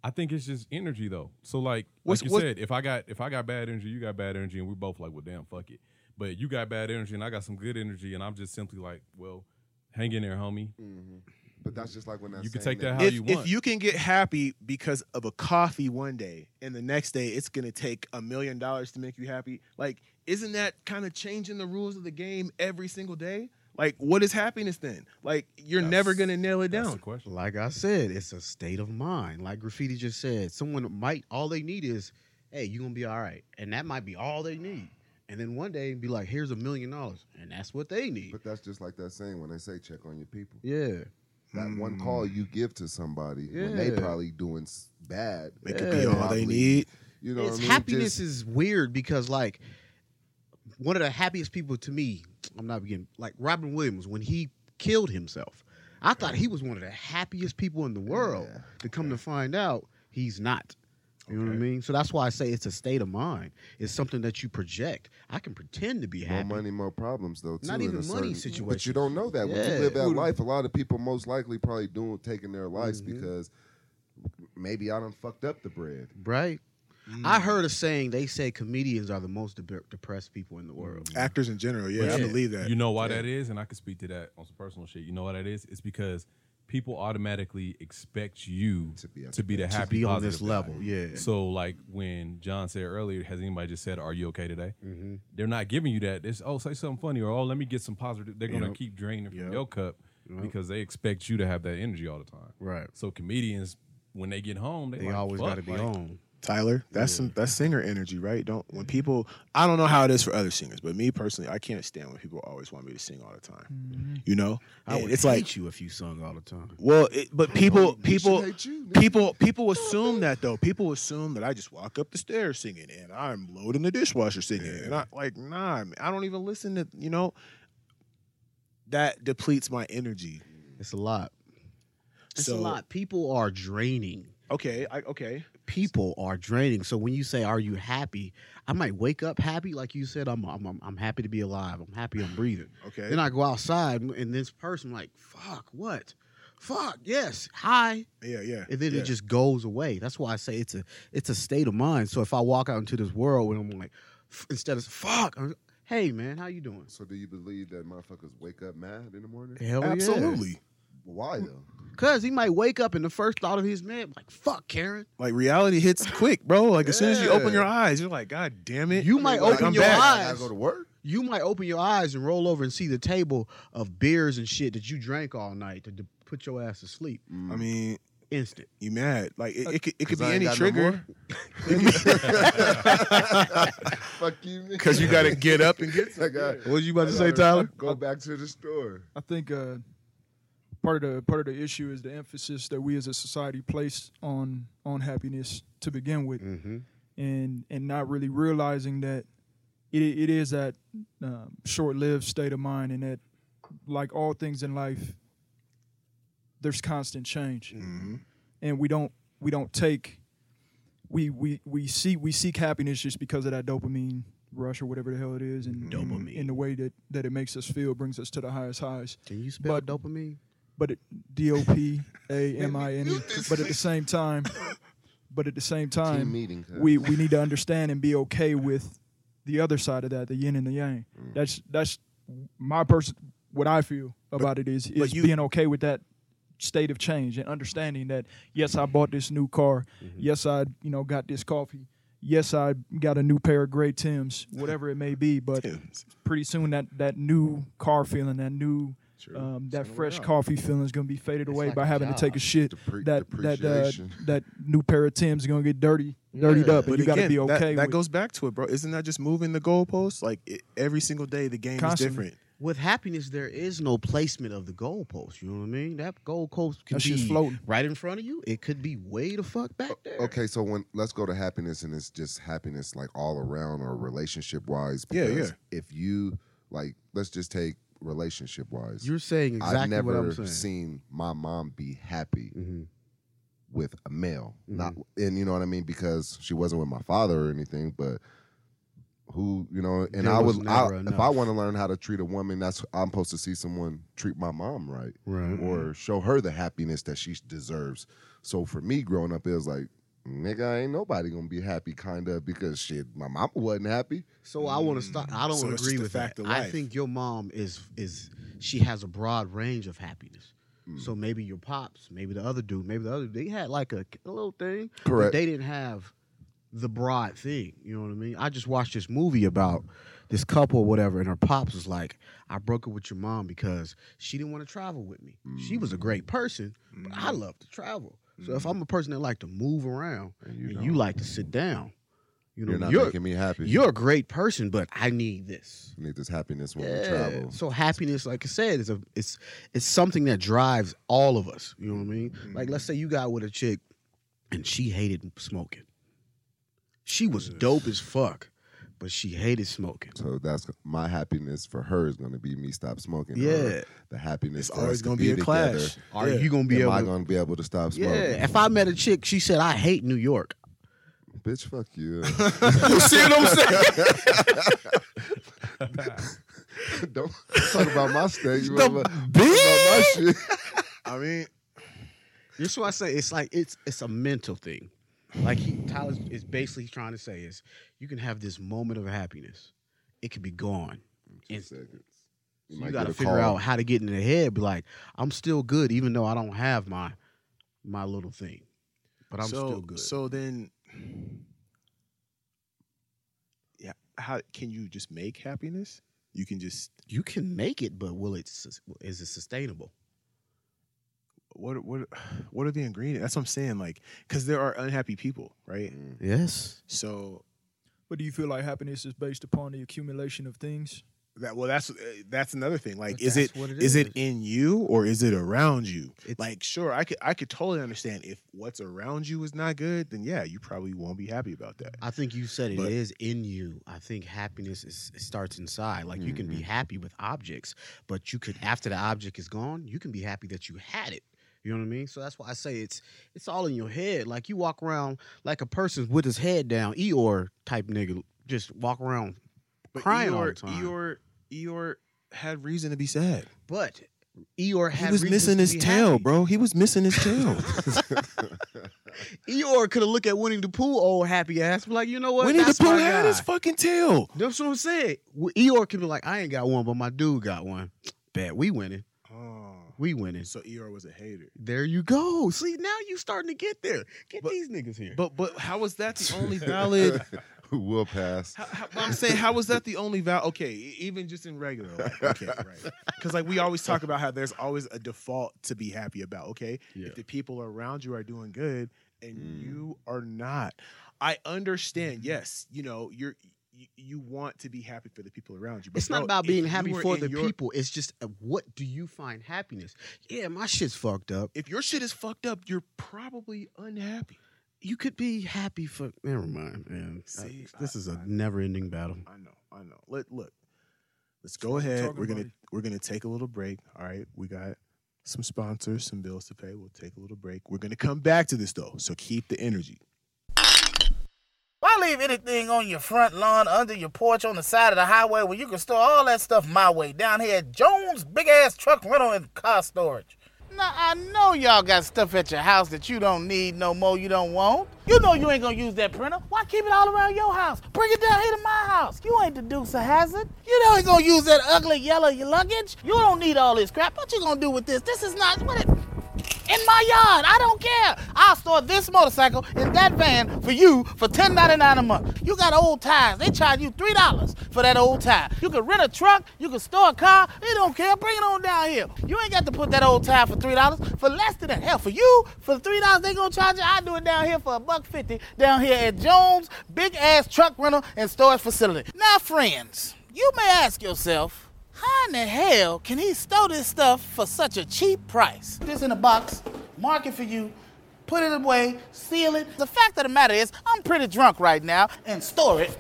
I think it's just energy though. So like,
What's-
like you
what's-
said, if I got if I got bad energy, you got bad energy, and we're both like, well, damn, fuck it. But you got bad energy, and I got some good energy, and I'm just simply like, well, hang in there, homie.
Mm-hmm. But that's just like when that
You can
same
take that
nigga-
how
if,
you
if
want.
you can get happy because of a coffee one day and the next day it's going to take a million dollars to make you happy like isn't that kind of changing the rules of the game every single day like what is happiness then like you're
That's-
never going to nail it
That's
down
the question.
Like I said, it's a state of mind. Like graffiti just said, someone might all they need is, hey, you gonna be all right, and that might be all they need. And then one day be like, here's a million dollars, and that's what they need.
But that's just like that saying when they say check on your people.
yeah,
That one call you give to somebody when they
Yeah.
probably doing s- bad.
it could be
Yeah.
all they
Probably,
need
You know,
it's
what I mean?
happiness is
Just-
weird because like one of the happiest people to me, I'm not beginning like Robin Williams when he killed himself. I thought he was one of the happiest people in the world.
Yeah.
To come to find out, he's not. You know what I mean? So that's why I say it's a state of mind. It's something that you project. I can pretend to be
more
happy.
money, more problems though. Too,
Not
in
even
a
money
certain- But you
situation.
don't know that when you
Yeah.
live that life. A lot of people most likely probably doing taking their lives
Mm-hmm.
because maybe I done fucked up the bread.
Right?
Mm.
I heard a saying. They say comedians are the most de- depressed people in the world.
Mm.
actors in general yeah, i
Yeah.
believe that
You know why that is, and I can speak to that on some personal shit. You know why that is? It's because people automatically expect you to
To be
be,
at
the
To
happy,
be on this
positive guy.
level, yeah.
So like when John said earlier, has anybody just said, "Are you okay today?"
Mhm.
They're not giving you that. It's oh, say something funny, or oh, let me get some positive. They're gonna
Yep.
keep draining from
Yep.
your cup
Yep.
because they expect you to have that energy all the time.
Right.
So comedians, when they get home, they,
They
like,
always
"Fuck,"
got to be
like,
on.
Tyler, that's some, that's singer energy, right? Don't when people, I don't know how it is for other singers, but me personally, I can't stand when people always want me to sing all the time.
Mm-hmm.
You know,
I
And
would
it's
hate
like
you if you sung all the time.
well, it, but people,
They should
people,
hate you, nigga.
people, people assume that though. People assume that I just walk up the stairs singing and I'm loading the dishwasher singing, and I like nah, man, I don't even listen to you know. That depletes my energy.
It's a lot. It's
so
a lot. People are draining.
okay, I, okay,
People are draining. So when you say, "Are you happy?" I might wake up happy, like you said. I'm I'm I'm, I'm happy to be alive. I'm happy. I'm breathing.
okay.
Then I go outside, and this person like, "Fuck what." Fuck yes, hi,
yeah, yeah,
and then
yeah.
it just goes away. That's why I say it's a it's a state of mind. So if I walk out into this world and I'm like, f- instead of fuck, I'm, hey man, how you doing?
So do you believe that motherfuckers wake up mad in the morning?
Hell
absolutely.
Why though?
Because he might wake up and the first thought of his man, like, fuck, Karen.
Like reality hits quick, bro. Like as soon as you open
Yeah.
your eyes, you're like, God damn it.
You might
Like,
open
I'm
your
back.
I gotta
eyes.
go to work.
You might open your eyes and roll over and see the table of beers and shit that you drank all night to, to put your ass to sleep.
Mm.
I mean,
Instant.
you mad? Like it, it could, it could
'Cause I
be
ain't got
any
no
trigger.
Fuck you, nigga.
Because you got to get up and get.
I got-
What was you about
I
to say,
gotta
Tyler?
Go back to the store.
I think uh, part of the part of the issue is the emphasis that we as a society place on on happiness to begin with,
Mm-hmm.
and and not really realizing that it it is that um, short lived state of mind, and that like all things in life, there's constant change, and we don't we don't take we we we see we seek happiness just because of that dopamine rush or whatever the hell it is and
Dopamine.
in the way that that it makes us feel brings us to the highest highs
Can you spell
But-
dopamine?
but it D O P A M I N E. But at the same time, but at the same
Team
time,
meeting. cuz.
we we need to understand and be okay with the other side of that, the yin and the yang. That's that's my person. What I feel about it is is
you-
being okay with that state of change and understanding that yes, I bought this new car. Yes, I you know got this coffee. Yes, I got a new pair of gray Tims, whatever it may be. But pretty soon that that new car feeling, that new um, that fresh coffee feeling is gonna be faded away
like
by
a
having to take a shit.
Depre-
that that uh,
depreciation.
that new pair of Tim's is gonna get dirty, dirtied up, and
But
you gotta
again,
be okay
That, that
with
goes back to it, bro. Isn't that just moving the goalposts? Like it, every single day, the game
Constantly.
is different.
With happiness, there is no placement of the goalpost. You know what I mean? That goalpost can
That shit's
be
floating.
right in front of you. It could be way the fuck back there.
Okay, so when let's go to happiness and it's just happiness like all around or relationship wise.
Yeah, yeah.
If you like, let's just take relationship wise.
You're saying
I've
exactly
never
what I'm saying.
seen my mom be happy
Mhm.
with a male.
Mm-hmm.
Not and you know what I mean because she wasn't with my father or anything, but who you know and
There
I
was
was
never
I, if
enough.
I want to learn how to treat a woman, that's I'm supposed to see someone treat my mom right
Right.
or show her the happiness that she deserves. So for me growing up, it was like, nigga, ain't nobody gonna be happy, kind of, because shit, my mama wasn't happy.
So I want to stop. I don't
So it's
agree
just a
with
fact
that.
of
I
life.
think your mom is is she has a broad range of happiness. So maybe your pops, maybe the other dude, maybe the other they had like a, a little thing. but
Correct.
they didn't have the broad thing. You know what I mean? I just watched this movie about this couple or whatever, and her pops was like, "I broke up with your mom because she didn't want to travel with me. She was a great person, but I love to travel. So if I'm a person that like to move around
And you
and
don't.
you like to sit down, you know,
You're not making me happy.
you're a great person, but I need this.
I need this happiness when we
Yeah.
travel.
So happiness, like I said, is a it's it's something that drives all of us. You know what I mean?
Mm-hmm.
Like let's say you got with a chick and she hated smoking. She was dope as fuck, but she hated smoking.
So that's my happiness for her is gonna be me stop smoking. or
Yeah.
the happiness.
It's
for us
always
to
gonna be a
together.
clash.
Are
Yeah.
you gonna be
Am
able
I
to
gonna be able to stop smoking?
Yeah. If I met a chick, she said I hate New York.
bitch, fuck you.
You see what I'm saying?
Don't talk about my state. You
The
wanna- talk about my shit.
I mean,
That's why I say it's like it's it's a mental thing. Like he, Tyler is basically trying to say is you can have this moment of happiness, it could be gone.
Two
It's-
seconds.
You,
might
got to
get a
figure
call.
out how to get in their head. Be like, I'm still good, even though I don't have my my little thing, but I'm
so,
still good.
So then, yeah, how can you just make happiness? You can just
you can make it, but will it sus- is it sustainable?
what what what are the ingredients? That's what I'm saying. Like, because there are unhappy people, right?
Mm.
Yes.
So
But do you feel like happiness is based upon the accumulation of things?
that well, that's uh, that's another thing. Like,
But
is
that's
it
what it
is it
is.
in you or is it around you?
It's-
like, sure, I could I could totally understand if what's around you is not good, then yeah, you probably won't be happy about that.
I think you said it is
But-
in you. I think happiness is it starts inside. Like you can
Mm-hmm.
be happy with objects, but you could after the object is gone, you can be happy that you had it. You know what I mean? So that's why I say it's it's all in your head. Like you walk around like a person with his head down, Eeyore type nigga, just walk around crying all the
Eeyore,
time.
Eeyore, Eeyore had reason to be sad.
But Eeyore
He
had
was
reasons
missing
to
his
be
tail,
happy.
bro. He was missing his tail.
Eeyore could have looked at Winnie the Pooh, old happy ass, be like, you know what?
Winnie the
That's my
Pooh had
guy.
his fucking tail.
That's what I'm saying. W- Eeyore can be like, I ain't got one, but my dude got one. Bet we winning.
Oh.
We winning.
So Eeyore was a hater.
There you go. See, now you starting to get there. Get
But-
these niggas here.
But but how was that the only valid?
we'll pass.
how, how, I'm saying how was that the only valid? Okay, e- even just in regular life. Okay, right. Because like we always talk about how there's always a default to be happy about. Okay,
Yeah.
if the people around you are doing good and
Mm.
you are not, I understand. Yes, you know you're. You, you want to be happy for the people around you. But
it's not
bro,
about
if
being
you
happy
were
for
in
the
your-
people. It's just uh, what do you find happiness? Yeah, my shit's fucked up.
If your shit is fucked up, you're probably unhappy.
You could be happy for. Never mind, man.
See,
Uh, this
I-
is a
I-
never-ending battle.
I know, I know. Let look. Let's go ahead.
talking
We're gonna
about it.
we're gonna take a little break. All right. We got some sponsors, some bills to pay. We'll take a little break. We're gonna come back to this though. So keep the energy.
Why leave anything on your front lawn, under your porch, on the side of the highway when you can store all that stuff my way down here at Jones Big Ass Truck Rental and Car Storage? Now, I know y'all got stuff at your house that you don't need no more, you don't want. You know you ain't gonna use that printer. Why keep it all around your house? Bring it down here to my house. You ain't the Dukes of Hazard. You know ain't gonna use that ugly yellow luggage. You don't need all this crap. What you gonna do with this? This is not what it in my yard. I don't care. I'll store this motorcycle in that van for you for $10.99 a month. You got old tires. They charge you $3 for that old tire. You can rent a truck. You can store a car. They don't care. Bring it on down here. You ain't got to put that old tire for $3 for less than that. Hell, for you, for $3 they gonna charge you. I do it down here for a buck fifty down here at Jones Big Ass Truck Rental and Storage Facility. Now, friends, you may ask yourself, how in the hell can he store this stuff for such a cheap price? This in a box, mark it for you, put it away, seal it. The fact of the matter is, I'm pretty drunk right now, and store it.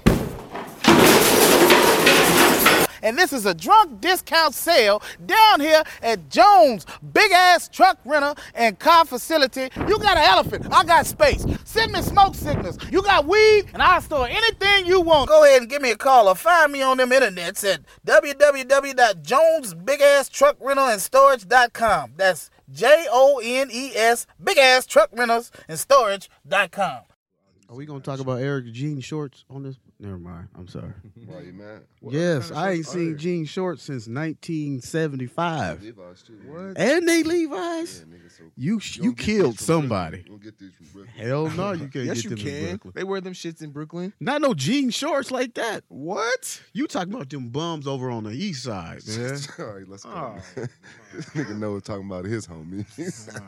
and this is a drunk discount sale down here at Jones Big Ass Truck Rental and Car Facility. You got an elephant, I got space. Send me smoke signals. You got weed, and I'll store anything you want. Go ahead and give me a call or find me on them internets at www.jonesbigasstruckrentalandstorage.com. That's J O N E S Big Ass Truck Rentals and Storage.com.
Are we gonna talk about Eric jean shorts on this? Never mind. I'm sorry.
Why you mad?
yes, I ain't seen jean shorts since 1975.
Levi's too. What?
And they Levi's.
Nigga, so
You
you
you
don't get these
killed
from
somebody.
Brooklyn. You don't get these from Brooklyn.
Hell no, you can't
Yes,
get
you
them in
can.
Brooklyn.
They wear them shits in Brooklyn.
Not no jean shorts like that.
What?
You talking about them bums over on the east side, man?
All right, let's go.
Oh,
this nigga know we're talking about his homies.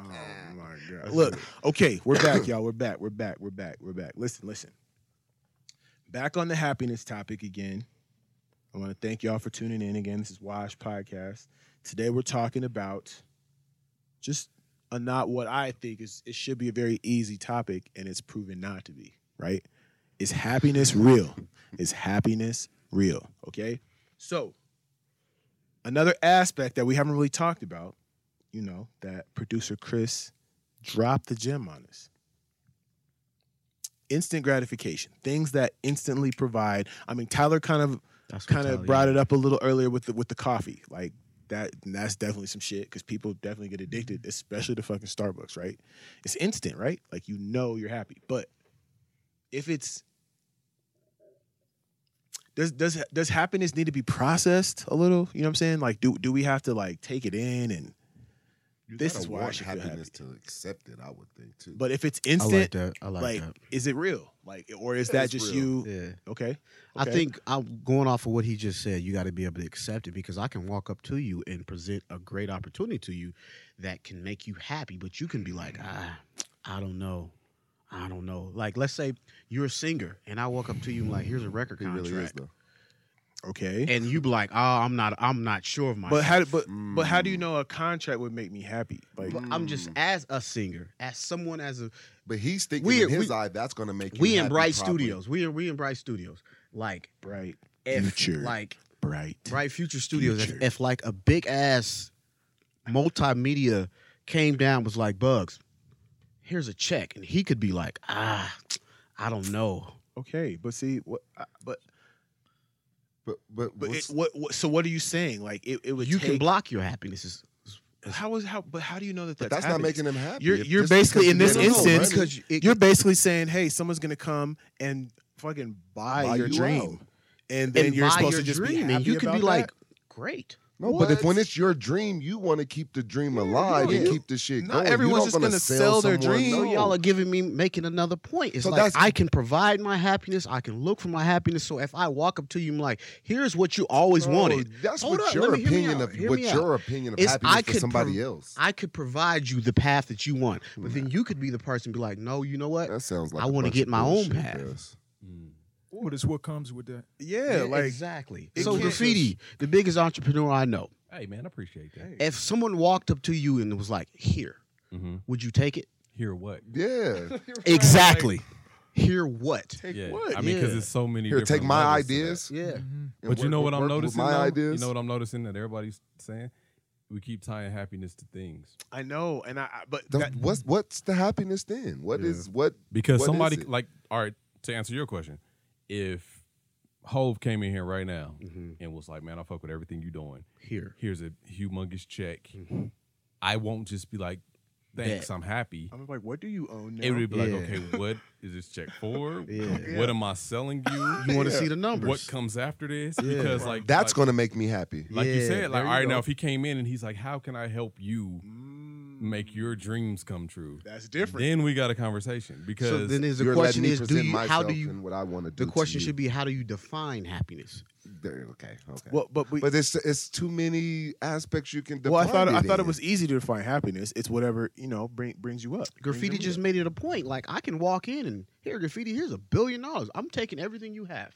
Look, okay, we're back, y'all. We're back. We're back. We're back. We're back. Listen, listen. Back on the happiness topic again. I want to thank y'all for tuning in again. This is Wash Podcast. Today we're talking about just a not what I think is it should be a very easy topic, and it's proven not to be, right? Is happiness real? Is happiness real? Okay. So another aspect that we haven't really talked about, you know, that producer Chris drop the gem on us. Instant gratification, things that instantly provide. I mean, Tyler kind of
That's what
kind of
Tyler
brought
is.
it up a little earlier with the with the coffee, like that. and that's definitely some shit because people definitely get addicted, especially to fucking Starbucks. Right? It's instant, right? Like you know you're happy, but if it's does does does happiness need to be processed a little? You know what I'm saying? Like, do do we have to like take it in and this is why I
want
should feel happy.
happiness to accept it. I would think too.
But if it's
I
instant,
like that. I like,
like,
that.
is it real? Like, or is
Yeah,
that
it's
just
real.
you?
Yeah.
Okay.
I
okay.
think I'm going off of what he just said. You got to be able to accept it because I can walk up to you and present a great opportunity to you that can make you happy, but you can be like, ah, I don't know. I don't know. Like, let's say you're a singer and I walk up to you and like, here's a record
it
contract.
really is though.
Okay.
and you be like, oh, I'm not, I'm not sure of myself.
but how? do- But but how do
Hmm.
you know a contract would make me happy? Like, mm.
But I'm just as a singer, as someone, as a
But he's thinking
We-
in his
we-
eye that's gonna make you
we in
happy
Bright
probably.
Studios, we in we in Bright Studios, like
bright,
if
Future.
like
bright.
Bright Future Studios, if,
Future.
if like a big ass multimedia came down was like Bugs, here's a check, and he could be like, ah, I don't know.
Okay. But see, what? I- But
But but,
but it,
what's-
what, what? So what are you saying? Like, it, it would.
You can
take-
block your happiness. It's-
How is how? But how do you know that
but that's
that's,
not
happiness?
making him happy.
You're-
If-
you're
just because
basically in
you
this
don't know,
instance-
right?
because it,
You're basically saying, hey, someone's gonna come and fucking buy,
Buy
your
you
dream, and then
and
you're
buy
supposed
your
to just be
dream,
happy
and you could
about
be
that?
like, great.
No, but if
What?
when it's your dream, you want to keep the dream alive
yeah.
and keep the shit
Not
going. You
everyone's
don't
just
gonna
gonna sell their
someone,
dream.
So
no.
y'all are giving me making another point. It's
So
like
that's-
I can provide my happiness. I can look for my happiness. So if I walk up to you, I'm like, "Here's what you always
No,
wanted."
That's
Hold
what
up,
your
let me- hear me
opinion
out,
of
hear
what
me out.
your opinion of
It's- I
happiness for
could
somebody
prov-
else.
I could provide you the path that you want, but then you could be the person to be like, "No, you know what?
That sounds like
I
a
wanna
bunch
get
of
my own
bullshit,
path.
Gus.
Mm.
But it's what comes with that.
yeah, like
exactly."
it
So
can't
graffiti, the biggest entrepreneur I know.
Hey man, I appreciate that.
If someone walked up to you and was like, "Here,"
Mm-hmm.
Mhm.
would you take it?
Hear what?
Yeah.
Exactly. Here what?
Yeah. I mean, because it's so many.
Here,
different
take my
levels to that.
ideas. and
Yeah.
Mm-hmm.
But you
work-
know what I'm
work with
noticing?
My
though?
ideas.
You know what I'm noticing that everybody's saying? We keep tying happiness to things.
I know, and I I- but
The-
that,
what's what's the happiness then? What is what?
Because
what is
somebody
it?
like all right, to answer your question, if Hove came in here right now
Mm.
Mm-hmm.
and was like, Man, I fuck with everything you're doing.
Here.
Here's a humongous check.
Mm-hmm.
I won't just be like, Thanks, I'm happy.
I'm like, what do you own? Now?
It would be like,
Yeah.
okay, what is this check for?
Yeah.
What am I selling you?
You want to see the numbers?
What comes after this? Because like
That's
like,
gonna make me happy.
like you
Yeah,
said, like
there
all
you
right now,
go.
if he came in and he's like, "How can I help you make your dreams come true?"
That's different.
Then we got a conversation because
So then is the
You're letting
question
me
is do
present
you how do
myself
you
and what I want to do?
the question
to
should be how do you define happiness?
be okay. Okay.
Well, but we,
but it's it's too many aspects you can define.
well, I thought I thought it
in.
was easy to define happiness. It's whatever you know bring, brings you up.
Graffiti
Brings you
just made it a point. Like I can walk in and here, graffiti. Here's a billion dollars. I'm taking everything you have.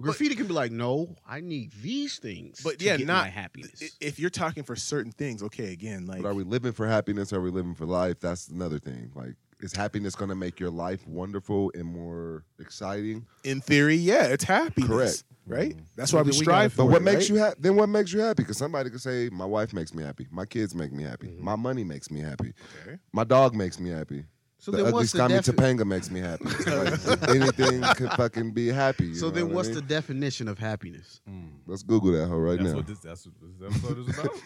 Graffiti can be like, no, I need these things.
But
to
yeah,
get
not
my happiness.
i- If you're talking for certain things, okay, again, like
But are we living for happiness? Are we living for life? That's another thing. Like is happiness going to make your life wonderful and more exciting?
In theory, yeah, it's happiness.
Correct.
Right?
Mm-hmm.
That's why we
Then we
strive
gotta-
for
But what
it,
makes
right?
you happy? Then what makes you happy? Because somebody could say, "My wife makes me happy. My kids make me happy.
Mm-hmm.
My money makes me happy.
Okay.
My dog makes me happy."
So
the
then
ugly
what's the
Scotty
defi-
Topanga makes me happy. Like, anything could fucking be happy. you
So
know
then,
what
what's
I
the
mean?
definition of happiness?
Mm.
Let's Google that hoe right
That's
now.
what this that's what this episode is about.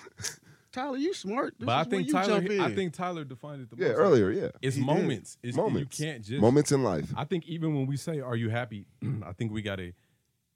Tyler, you smart. This
but I
is where
think
you
Tyler
jump in.
I think Tyler defined it the
yeah,
most.
earlier, yeah.
It's
He did.
moments. It's,
Moments.
You can't just
Moments in life.
I think even when we say "Are you happy," I think we got to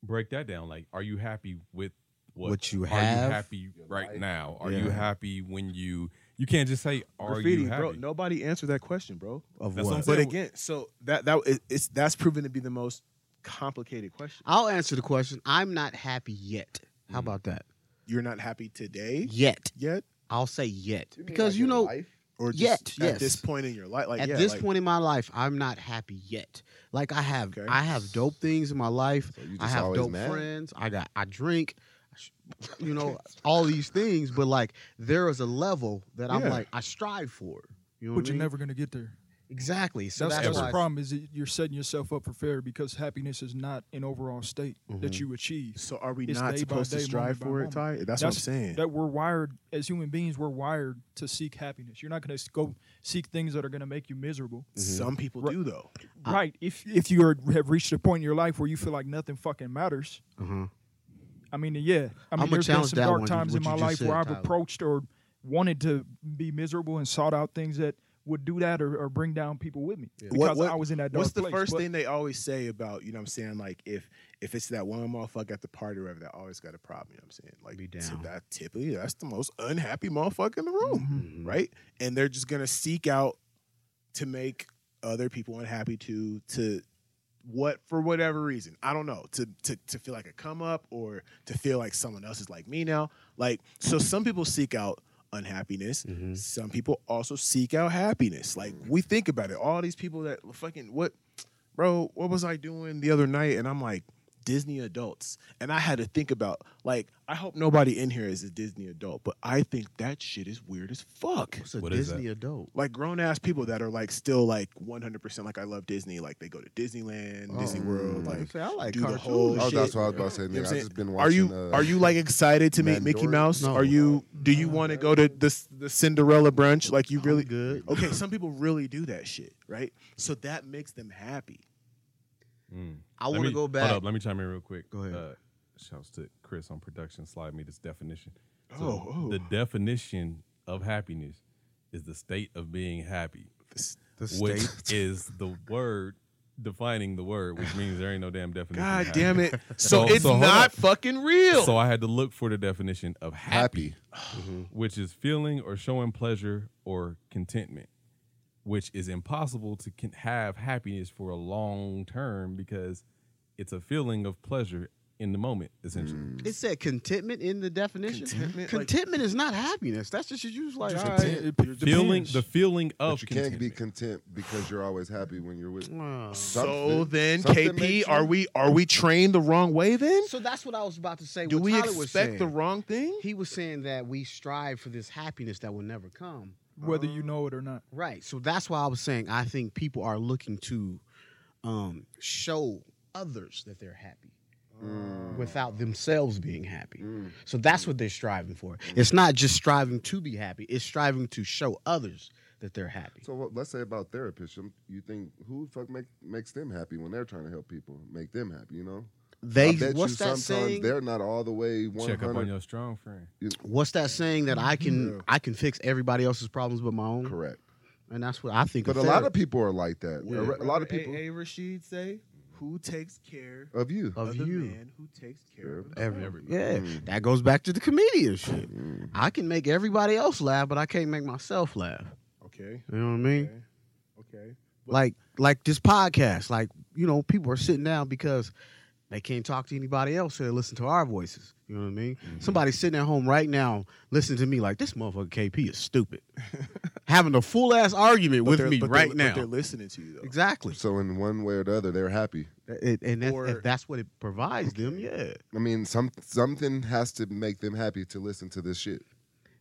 break that down. Like, are you happy with what,
What you
are
have?
you happy right now? Are you
Yeah.
happy when you? You can't just say "Are
graffiti,
you happy?"
bro. Nobody answered that question, bro.
of
That's what I'm
what?
saying.
But again, so that that it- it's that's proven to be the most complicated question.
I'll answer the question. I'm not happy yet.
Mm.
How about that?
You're not happy today
Yet.
yet,
I'll say yet because you know
or just
Yet,
at
yes.
this point in your life, like
at
yeah,
this
like,
point in my life I'm not happy yet. Like I have
Okay.
I have dope things in my life.
So you
I
just
have
always
dope
mad?
friends. I got I drink. I sh- You know all these things, but like there is a level that I'm
Yeah.
like I strive for. You know what I
but you're
mean?
never gonna get there.
exactly. So
that's
that's,
that's
why
the problem is that you're setting yourself up for failure because happiness is not an overall state that you achieve.
so are we
It's
not
day by
supposed to
day,
strive
moment by
for it, Ty? That's, what I'm saying.
That we're wired as human beings. We're wired to seek happiness. You're not going to go seek things that are going to make you miserable.
Some people do though.
Uh,
right. If if you are, have reached a point in your life where you feel like nothing fucking matters. I mean, yeah. I mean,
I'ma
there's been
challenge
some
that
dark
one,
times
what
in
you
my
just
life
said,
where I've
Tyler.
approached or wanted to be miserable and sought out things that would do that or, or bring down people with me because
what-
I was in that dark
What's the
place.
first
But-
thing they always say about you know what I'm saying? Like if if it's that one motherfucker at the party or whatever that always got a problem, you know what I'm saying? Like
Be
so
down.
that typically that's the most unhappy motherfucker in the
Mm-hmm.
room. Mm-hmm. Right? And they're just gonna seek out to make other people unhappy to to what for whatever reason. I don't know. To to to feel like a come up or to feel like someone else is like me now. Like so some people seek out unhappiness.
Mm-hmm.
Some people also seek out happiness. Like we think about it. All these people that fucking what bro, what was I doing the other night? And I'm like, Disney adults. And I had to think about, like, I hope nobody in here is a Disney adult, but I think that shit is weird as fuck.
What's a
What is that?
Disney adult?
Like grown ass people that are like still like 100% like I love Disney, like they go to Disneyland, Disney
Oh,
World, like
I like
do the
cartoons.
whole
Oh,
shit.
that's what I was about to say.
You
Nigga,
know what
I
I'm saying?
just been
are
watching.
you
uh,
are you like excited to meet Mickey
Mandalorian?
Mouse?
No.
Are you do you want to go to this the Cinderella brunch? Like you really Oh,
good.
Okay, some people really do that shit, right? So that makes them happy.
Mm.
I
Let
want to
me-
go back.
Hold up, let me chime in real quick.
Go ahead.
Uh, shouts to Chris on production. Slide me this definition.
Oh, oh.
the definition of happiness is the state of being happy,
The
which
state-
is the word defining the word, which means there ain't no damn definition. of
God
happy.
damn it. So,
So-
it's
so hold
not
up.
fucking real.
So I had to look for the definition of happy, Mm-hmm.
happy?
which is feeling or showing pleasure or contentment, which is impossible to can have happiness for a long term because it's a feeling of pleasure in the moment, essentially.
Mm.
It said contentment in the definition. Contentment,
Contentment, like-
is not happiness. That's just you was like.
Right.
"Alright."
It- it
Feeling
depends.
the feeling of
But you can't be
contentment.
content because you're always happy when you're with.
Wow.
So
something-
then,
something
KP,
makes
are
you-
we are we trained the wrong way then?
So that's what I was about to say.
Do
what
we
Tyler was
expect the
saying.
wrong thing?
He was saying that we strive for this happiness that will never come.
whether you know it or not.
Right. So that's why I was saying I think people are looking to um, show others that they're happy
mm,
without themselves being happy. So that's what they're striving for. It's not just striving to be happy, it's striving to show others that they're happy.
So what, let's say about therapists. um, You think who the fuck make, makes them happy when they're trying to help people make them happy? You know.
They
I bet
what's
you
that
sometimes
saying?
they're not all the way one
Check up on
hundred
your strong friend.
What's that saying that I can I can fix everybody else's problems but my own?
correct.
And that's what I think.
But a lot of people are like that. A re- A, lot of people
A. Rashid say, "Who takes care
of you.
of you.
who takes care of
Every, yeah, that goes back to the comedian shit. Mm.
Mm.
I can make everybody else laugh, but I can't make myself laugh.
Okay,
You know what I mean?
Okay. okay.
Like, like this podcast. Like, you know, people are sitting down because they can't talk to anybody else, so they listen to our voices. You know what I mean? Somebody's sitting at home right now listening to me like this motherfucker KP is stupid, having a full ass argument
But
with
they're-
me
but they're-
right
but
now.
they're listening to you though.
Exactly.
So in one way or the other, they're happy.
It- and that,
Or-
if that's what it provides them, yeah.
I mean, some something has to make them happy to listen to this shit.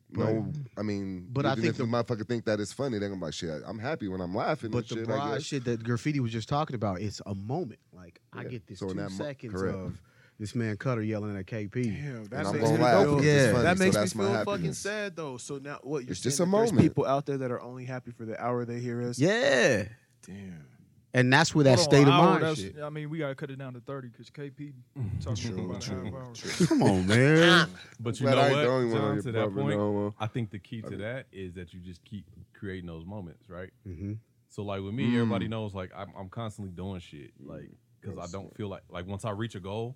no, I mean,
But
but
I
even
think
if the,
the-
motherfucker think that it's funny, they're gonna be like, shit, I'm happy when I'm laughing.
But
and
the
shit, I
broad
guess.
shit that graffiti was just talking about, it's a moment. Like I
Yeah.
get this
So in
two
that mo-
seconds
correct.
of this man Cutter yelling at KP.
Damn, that
And I'm
makes
gonna
me
laugh
feel-
if it's
Yeah.
funny,
that
so
makes me
that's my
feel fucking
happiness.
sad though. So now what? You're
It's just
saying
a
that There's
moment.
people out there that are only happy for the hour they hear us.
Yeah,
Damn.
and that's where that
Hold on,
state of
an hour,
mind
that's-
shit.
I mean, we gotta cut it down to thirty because KP talking about a half hour.
Come on,
Ah.
man.
But you
Glad
know
I ain't the only
what,
one on
John,
your
to that
property,
point,
no, uh,
I think the key to that is that you just keep creating those moments, right?
Mhm.
So like with me,
Mm.
everybody knows like I'm, I'm constantly doing shit, like because I don't feel like like once I reach a goal,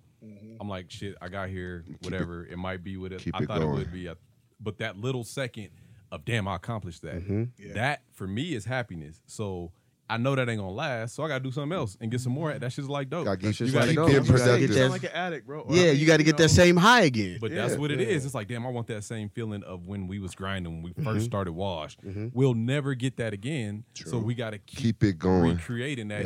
I'm like shit, I got here, whatever. It, might be what it,
Mm-hmm. keep
I
it
thought it
going.
would be, I- but that little second of damn, I accomplished that.
Mm-hmm.
That for me is happiness. So. I know that ain't gonna last, so I gotta do something else and get some more. That shit's like dope.
Gotta keep-
you
keep
gotta
being
keep-
productive.
that-
Sound like an addict, bro. Or I
Yeah,
mean,
you got to get
know,
that same high again.
But that's what it is. It's like, damn, I want that same feeling of when we was grinding, when
Mm-hmm.
we 1st started Wash. We'll never get that again. So we got to keep,
Keep it going.
recreating that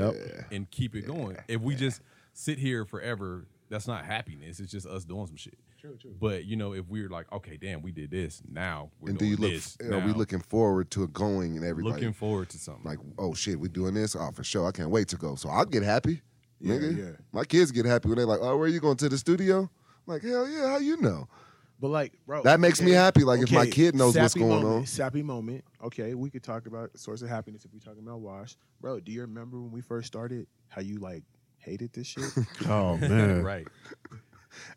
and keep it going. If we just sit here forever, that's not happiness. It's just us doing some shit. True, true. But you know, if we're like, okay, damn, we did this. Now we're
And do
doing
you look?
this.
Are we
now.
looking forward to it going and everything?
looking forward to something?
like, oh shit, we doing this? Oh, for sure. I can't wait to go. So I'll get happy. nigga.
yeah.
My kids get happy when they're like, oh, where you going to the studio? I'm like, hell yeah, how you know?
But like, bro,
That makes me happy, like, if my kid knows what's
sappy
going
moment,
on.
Sappy moment. Okay, we could talk about source of happiness if we're talking about wash, bro. Do you remember when we first started? How you like hated this shit?
Oh man,
right.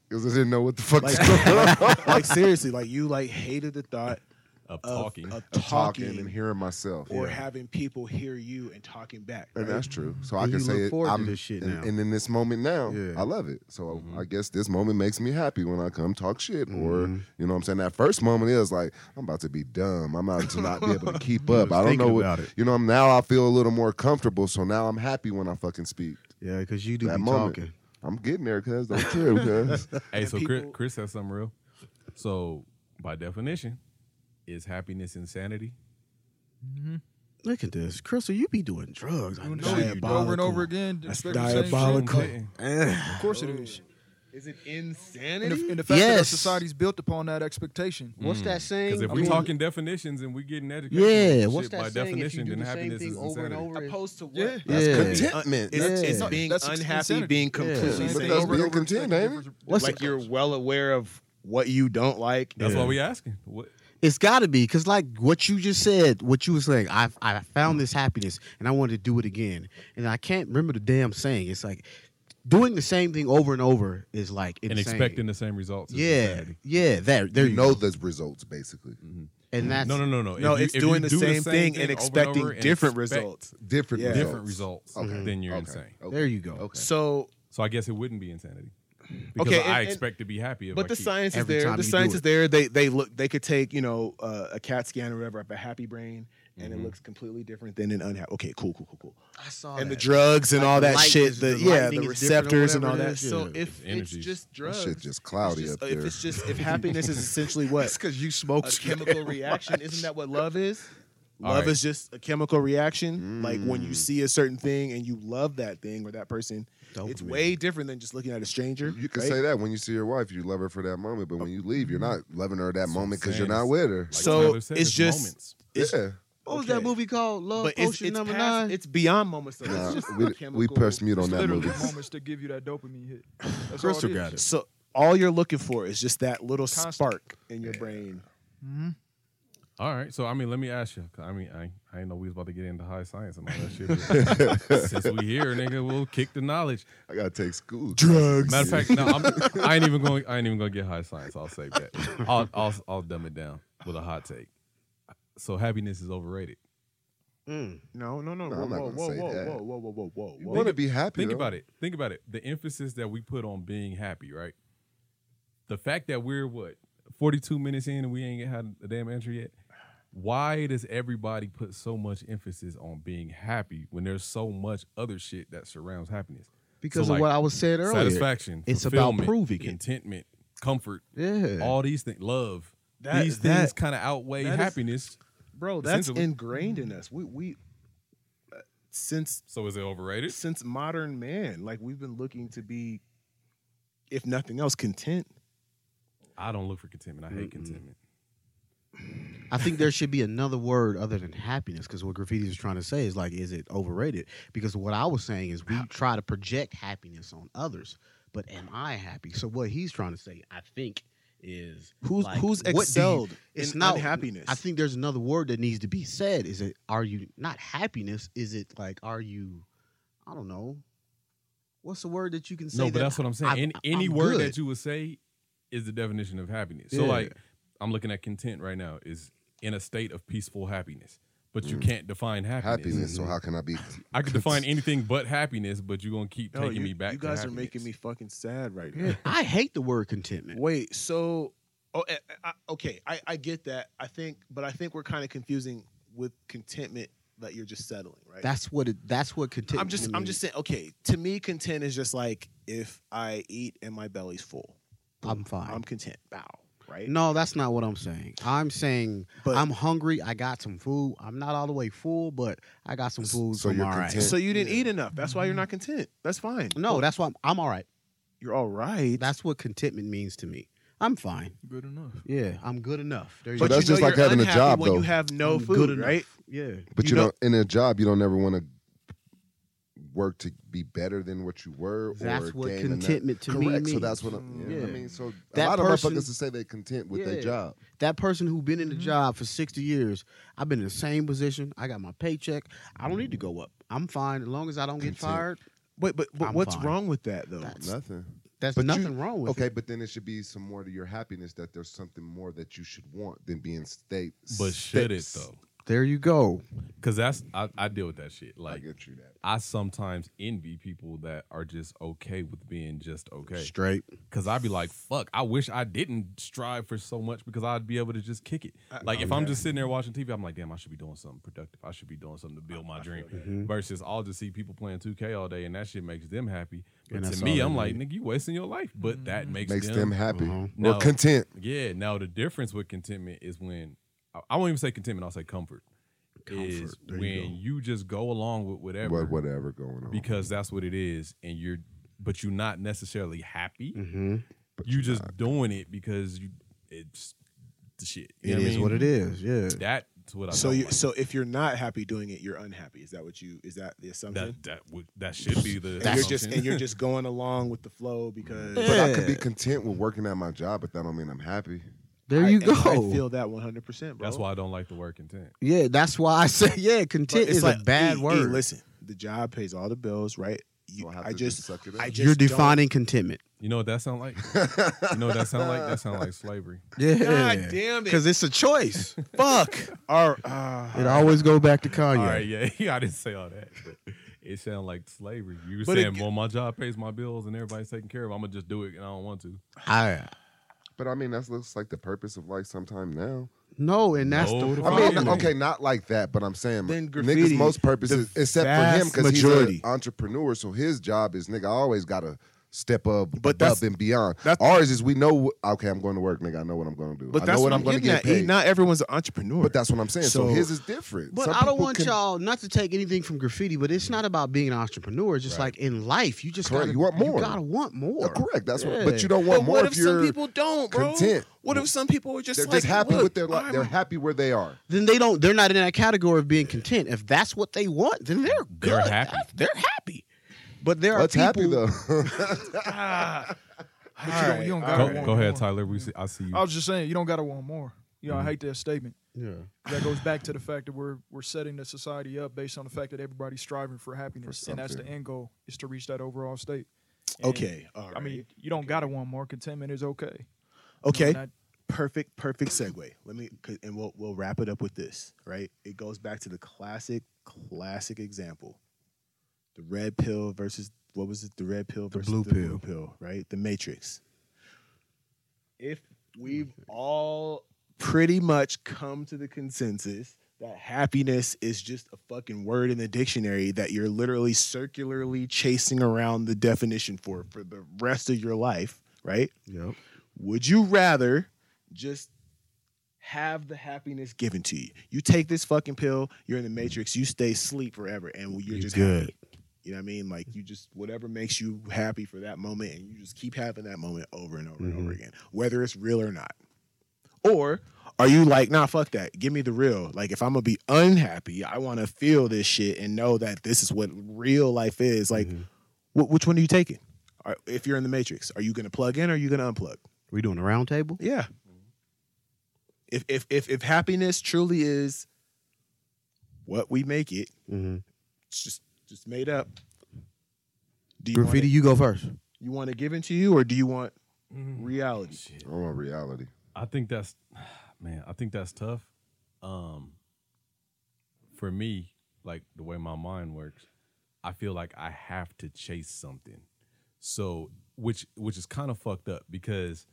Because I didn't know what the fuck was
Like,
going on.
like seriously, like you like hated the thought
Of
of
talking.
of
Talking,
talking,
and hearing myself.
or
Yeah.
having people hear you and talking back.
And
right?
that's true. So I
And
can
you
say
look
it.
forward to
I'm-
this shit
and,
now.
and in this moment now,
Yeah. Mm-hmm.
I love it. So I guess this moment makes me happy when I come talk shit, or you know what I'm saying. That first moment is like I'm about to be dumb. I'm about to not be able to keep up. I don't
thinking
know what
about it.
you know. Now I feel a little more comfortable. So now I'm happy when I fucking speak.
yeah, because you do
that
be
moment.
talking.
I'm getting there, cuz. Don't care, cuz.
Hey, so Chris,
people-
Chris has something real. So by definition, is happiness insanity?
Mm-hmm.
Look at this, Crystal. You be doing drugs. I know you.
Diabolical.
Over and over again.
That's
expect the same shit.
diabolical.
Shouldn't be.
Of course it is.
Is it
And
insanity?
the, and the fact that our
Yes.
society's built upon that expectation.
What's that
Mm.
saying?
Because if
I
we're
mean,
talking definitions and we're getting education,
Yeah,
shit,
what's that
by
saying?
definition,
if you do
then
the same
happiness
thing
is
over and
insanity.
over,
Opposed to what?
Yeah.
That's
Yeah.
contentment.
It's, it's
Yeah.
being
That's
unhappy,
insanity.
being
Yeah.
completely
But
Same
that's
thing over
being
and over
content,
again.
ain't it?
What's
like you're well aware of what you don't like.
That's
Yeah.
why we asking. What?
It's got to be because, like what you just said, what you were saying, I I found this happiness and I wanted to do it again, and I can't remember the damn saying. It's like doing the same thing over and over is like insane.
And expecting the same results. is
Yeah,
insanity.
yeah. Mm-hmm. There, there
You
you
know
go.
the results, basically.
And that's
No, no, no, no.
No,
If you-
it's
if you
doing the
do
same thing and
over
expecting
over and
different
expect
results.
Different
Yeah.
results.
Different results.
Okay.
Then you're
Okay.
insane.
Okay.
There you go.
Okay.
So,
So I guess it wouldn't be insanity. Because
Okay,
I
and-
expect to be happy. If I
but the
keep-
science is
every
there.
time
The
you
science
do
is
it.
there. They they look. They could take you know uh, a CAT scan or whatever up a happy brain, and
Mm-hmm.
it looks completely different than an unhappy. Okay, cool, cool, cool, cool.
I saw
and the
that.
drugs and
Like
all
the
that
light
shit.
is-
The,
the
yeah,
lightning
the
is different or
receptors and all
whatever it
that.
is,
So
yeah.
if it's
energies.
just
That
drugs,
shit just cloudy
it's just- uh,
up
if
there.
it's just if happiness is essentially what
because you
a
smoke
chemical reaction. Isn't that what love is?
All
Love
right.
is just a chemical reaction. Like when
Mm.
you see a certain thing and you love that thing or that person,
Dopamine.
it's way different than just looking at a stranger.
You can
right? Mm-hmm.
say that when you see your wife, you love her for that moment, but when you leave, you're not loving her that moment because you're not
saying.
with her.
like
so
Tyler said,
it's just-
moments.
It's-
yeah.
What was
Okay.
that movie called? Love
But it's,
Potion
it's,
Number
past,
Nine.
it's beyond moments. Though.
Nah,
it's just
we,
a
we
chemical-
pressed mute on
It's
that
literally
movie.
moments to give you that dopamine hit. That's
Crystal
all it is.
got it.
So all you're looking for is just that little
Constant.
spark in your brain.
Hmm?
All right. So, I mean, let me ask you. 'cause I mean, I, I didn't know we was about to get into high science and all that shit. but Since we here, nigga, we'll kick the knowledge.
I gotta take school.
Drugs.
Matter of fact, no, I'm, I ain't even going. I ain't even going to get high science. I'll save that. I'll, I'll I'll dumb it down with a hot take. So happiness is overrated.
No, no, no.
No,
whoa,
I'm not
whoa,
gonna
whoa,
say
whoa,
that.
whoa, whoa, whoa, whoa, whoa,
You
whoa.
want to be happy.
Think about it. Think about it. The emphasis that we put on being happy, right? The fact that we're what forty-two minutes in and we ain't had a damn answer yet. Why does everybody put so much emphasis on being happy when there's so much other shit that surrounds happiness?
because
So,
of
like,
what I was saying earlier.
satisfaction.
It's about
fulfillment,
proving it.
contentment, comfort.
Yeah.
all these things, love.
That-
these
that-
things kind of outweigh
that is-
happiness.
Bro, that's
Essentially.
ingrained in us. We we uh, since
so is it overrated?
since modern man, like we've been looking to be, if nothing else, content.
I don't look for contentment. I hate contentment.
I think there should be another word other than happiness because what graffiti is trying to say is like, is it overrated? Because what I was saying is we try to project happiness on others, but am I happy? So what he's trying to say, I think, is
Who's
like,
who's
what do you-
excelled
it's
in
not
happiness?
I think there's another word that needs to be said. Is it are you not happiness? Is it like are you? I don't know. What's the word that you can say?
No, but
that
that's what I'm saying.
I-
any
I-
any
I'm
word
good?
that you would say is the definition of happiness. So
Yeah.
like I'm looking at content right now is in a state of peaceful happiness. But you can't define happiness.
Happiness. So how can I be?
I could define anything but happiness, but you're gonna keep
Oh,
taking
you,
me back.
You
to
guys are
happiness.
making me fucking sad right now.
I hate the word contentment.
Wait, so oh, eh, eh, I- okay, I, I get that. I think, but I think we're kind of confusing with contentment that you're just settling, right?
That's what it. That's what contentment.
I'm just I'm
means.
just saying. Okay, to me, content is just like if I eat and my belly's full,
I'm fine.
I'm content. Bow, right?
No, that's not what I'm saying. I'm saying
But-
I'm hungry. I got some food. I'm not all the way full, but I got some food.
so
So, I'm
you're
all right.
content.
So you didn't eat enough. That's why you're not
Mm-hmm.
content. That's fine.
No, that's why I'm, I'm all right.
You're all right.
That's what contentment means to me. I'm fine.
Good enough.
Yeah, I'm good enough. There you
So
go.
that's just like
you're
having a
unhappy
job,
when
though.
you have no
I'm
food, right?
Yeah.
But
You
you,
don't-
don't, in a job, you don't ever want to work to be better than what you were. or
That's what
gain enough-
contentment to me
Correct. So
means.
that's what I'm, yeah. I
Yeah.
mean, so
That
a lot
person-
of motherfuckers to say they're content with
Yeah.
their job.
That person who been in
Mm-hmm.
the job for 60 years, I've been in the same position. I got my paycheck. I don't need to go up. I'm fine as long as I don't get
Content.
fired.
Wait, but, but
I'm
what's
fine.
wrong with that though?
That's-
Nothing.
That's
But you-
nothing wrong with
Okay,
it.
but then it should be some more to your happiness that there's something more that you should want than being state.
But should it
states.
though?
There you go.
Because that's I, I deal with that shit.
I
Like
get you that.
I sometimes envy people that are just okay with being just okay.
Straight.
Cause I'd be like, fuck, I wish I didn't strive for so much because I'd be able to just kick it. Like if I'm just sitting there watching TV, I'm like, damn, I should be doing something productive. I should be doing something to build my dream.
Mm-hmm.
Versus I'll just see people playing 2K all day and that shit makes them happy. But
And that's
to me,
all
I'm
they Mm-hmm.
like, nigga, you wasting your life. But that makes,
Makes them happy
Uh-huh.
No.
or content.
Yeah. Now the difference with contentment is when I, I won't even say contentment, I'll say comfort. is
Comfort, there you
when
go.
you, just go along with whatever
What, whatever going on.
because that's what it is, and you're but you're not necessarily happy.
Mm-hmm.
you just doing it because you it's the shit. You
It
know
is
I mean?
what it is. Yeah.
That's what I
so
don't
you
like.
so if you're not happy doing it, you're unhappy. Is that what you? Is that the assumption?
that that would that should be the
and you're just
assumption.
and you're just going along with the flow because
But I could
Yeah.
be content with working at my job, but that don't mean I'm happy.
There you
I,
go.
I feel that 100, percent bro.
that's why I don't like the word content.
yeah, that's why I say yeah.
But
Content is a bad
E, E,
word.
listen, the job pays all the bills, right? You,
So I have
I
to just
just,
suck it up.
I just
You're
don't-
defining contentment.
You know what that sound like? you know what that sound like? That sound like slavery.
Yeah.
God damn it!
Because it's a choice.
Fuck. Our, uh,
it always go back to
Oh,
Kanye.
All right, yeah, yeah, I didn't say all that. But it sound like slavery. You were
But it-
saying, well, my job pays my bills and everybody's taken care of. I'm gonna just do it, and I don't want to.
I,
But I mean, that's looks like the purpose of life sometime now.
no, and that's
No, the
the
I
problem.
mean,
Probably.
okay, not like that, but I'm saying
Then graffiti,
niggas most purposes,
the
except for him,
vast
because he's an
majority.
entrepreneur. So his job is nigga I always gotta step up,
But that's-
above and beyond.
that's-
Ours is we know. wh- Okay, I'm going to work, nigga. I know what I'm going to do.
But
I
that's
know
what,
what, I'm going to
getting
get
at. E,
paid.
not everyone's an entrepreneur.
but that's what I'm saying. So,
So-
his is different.
But
Some
I don't
people
want
can-
y'all not to take anything from graffiti, but it's not about being an entrepreneur. It's just like in life, you just
Correct,
gotta,
you want more.
You gotta want
Yeah,
more.
Oh, correct. That's
Yeah.
what. But you don't want
But
more
what
if,
if
you're.
some people don't, bro?
content.
What if some people are just
they're
like,
just happy
look,
with their life.
I'm-
They're happy where they are.
Then they don't. They're not in that category of being content. If that's what they want, then they're good.
They're happy.
They're happy. But there are
That's
people.
happy though.
Ah. But you don't, you don't gotta
Go,
want
go ahead, Mm-hmm.
more.
Tyler. We see, I see you.
Oh,
I was just saying, you don't gotta want more. You know, I hate that statement.
Yeah.
That goes back to the fact that we're we're setting the society up based on the fact that everybody's striving for happiness, and that's the
something.
end goal is to reach that overall state. And,
okay, all right.
I mean, you don't gotta want more. Contentment is okay.
okay.
not-
perfect, perfect segue. Let me, 'cause- and we'll we'll wrap it up with this. Right, it goes back to the classic, classic example: the red pill versus what was it? The red pill versus the
blue
blue, pill. Right, the Matrix. If we've all pretty much come to the consensus that happiness is just a fucking word in the dictionary that you're literally circularly chasing around the definition for for the rest of your life, right?
Yep.
Would you rather just have the happiness given to you? You take this fucking pill, you're in the matrix, you stay asleep forever, and you're just happy. You know what I mean? Like you just whatever makes you happy for that moment, and you just keep having that moment over and over and over again, whether it's real or not. Or Are you like, nah, fuck that. Give me the real. Like, if I'm gonna be unhappy, I want to feel this shit and know that this is what real life is. Like, wh- which one are you taking? Are, if you're in the matrix, are you gonna plug in or are you gonna unplug?
We doing a round table?
Yeah. If if if if happiness truly is what we make it,
Mm-hmm.
it's just just made up. Do you
Graffiti, you go first.
want it, you want it given to you, or do you want
Mm-hmm.
reality?
I want reality.
I think that's man, I think that's tough. Um for me, like the way my mind works, I feel like I have to chase something. So which which is kind of fucked up because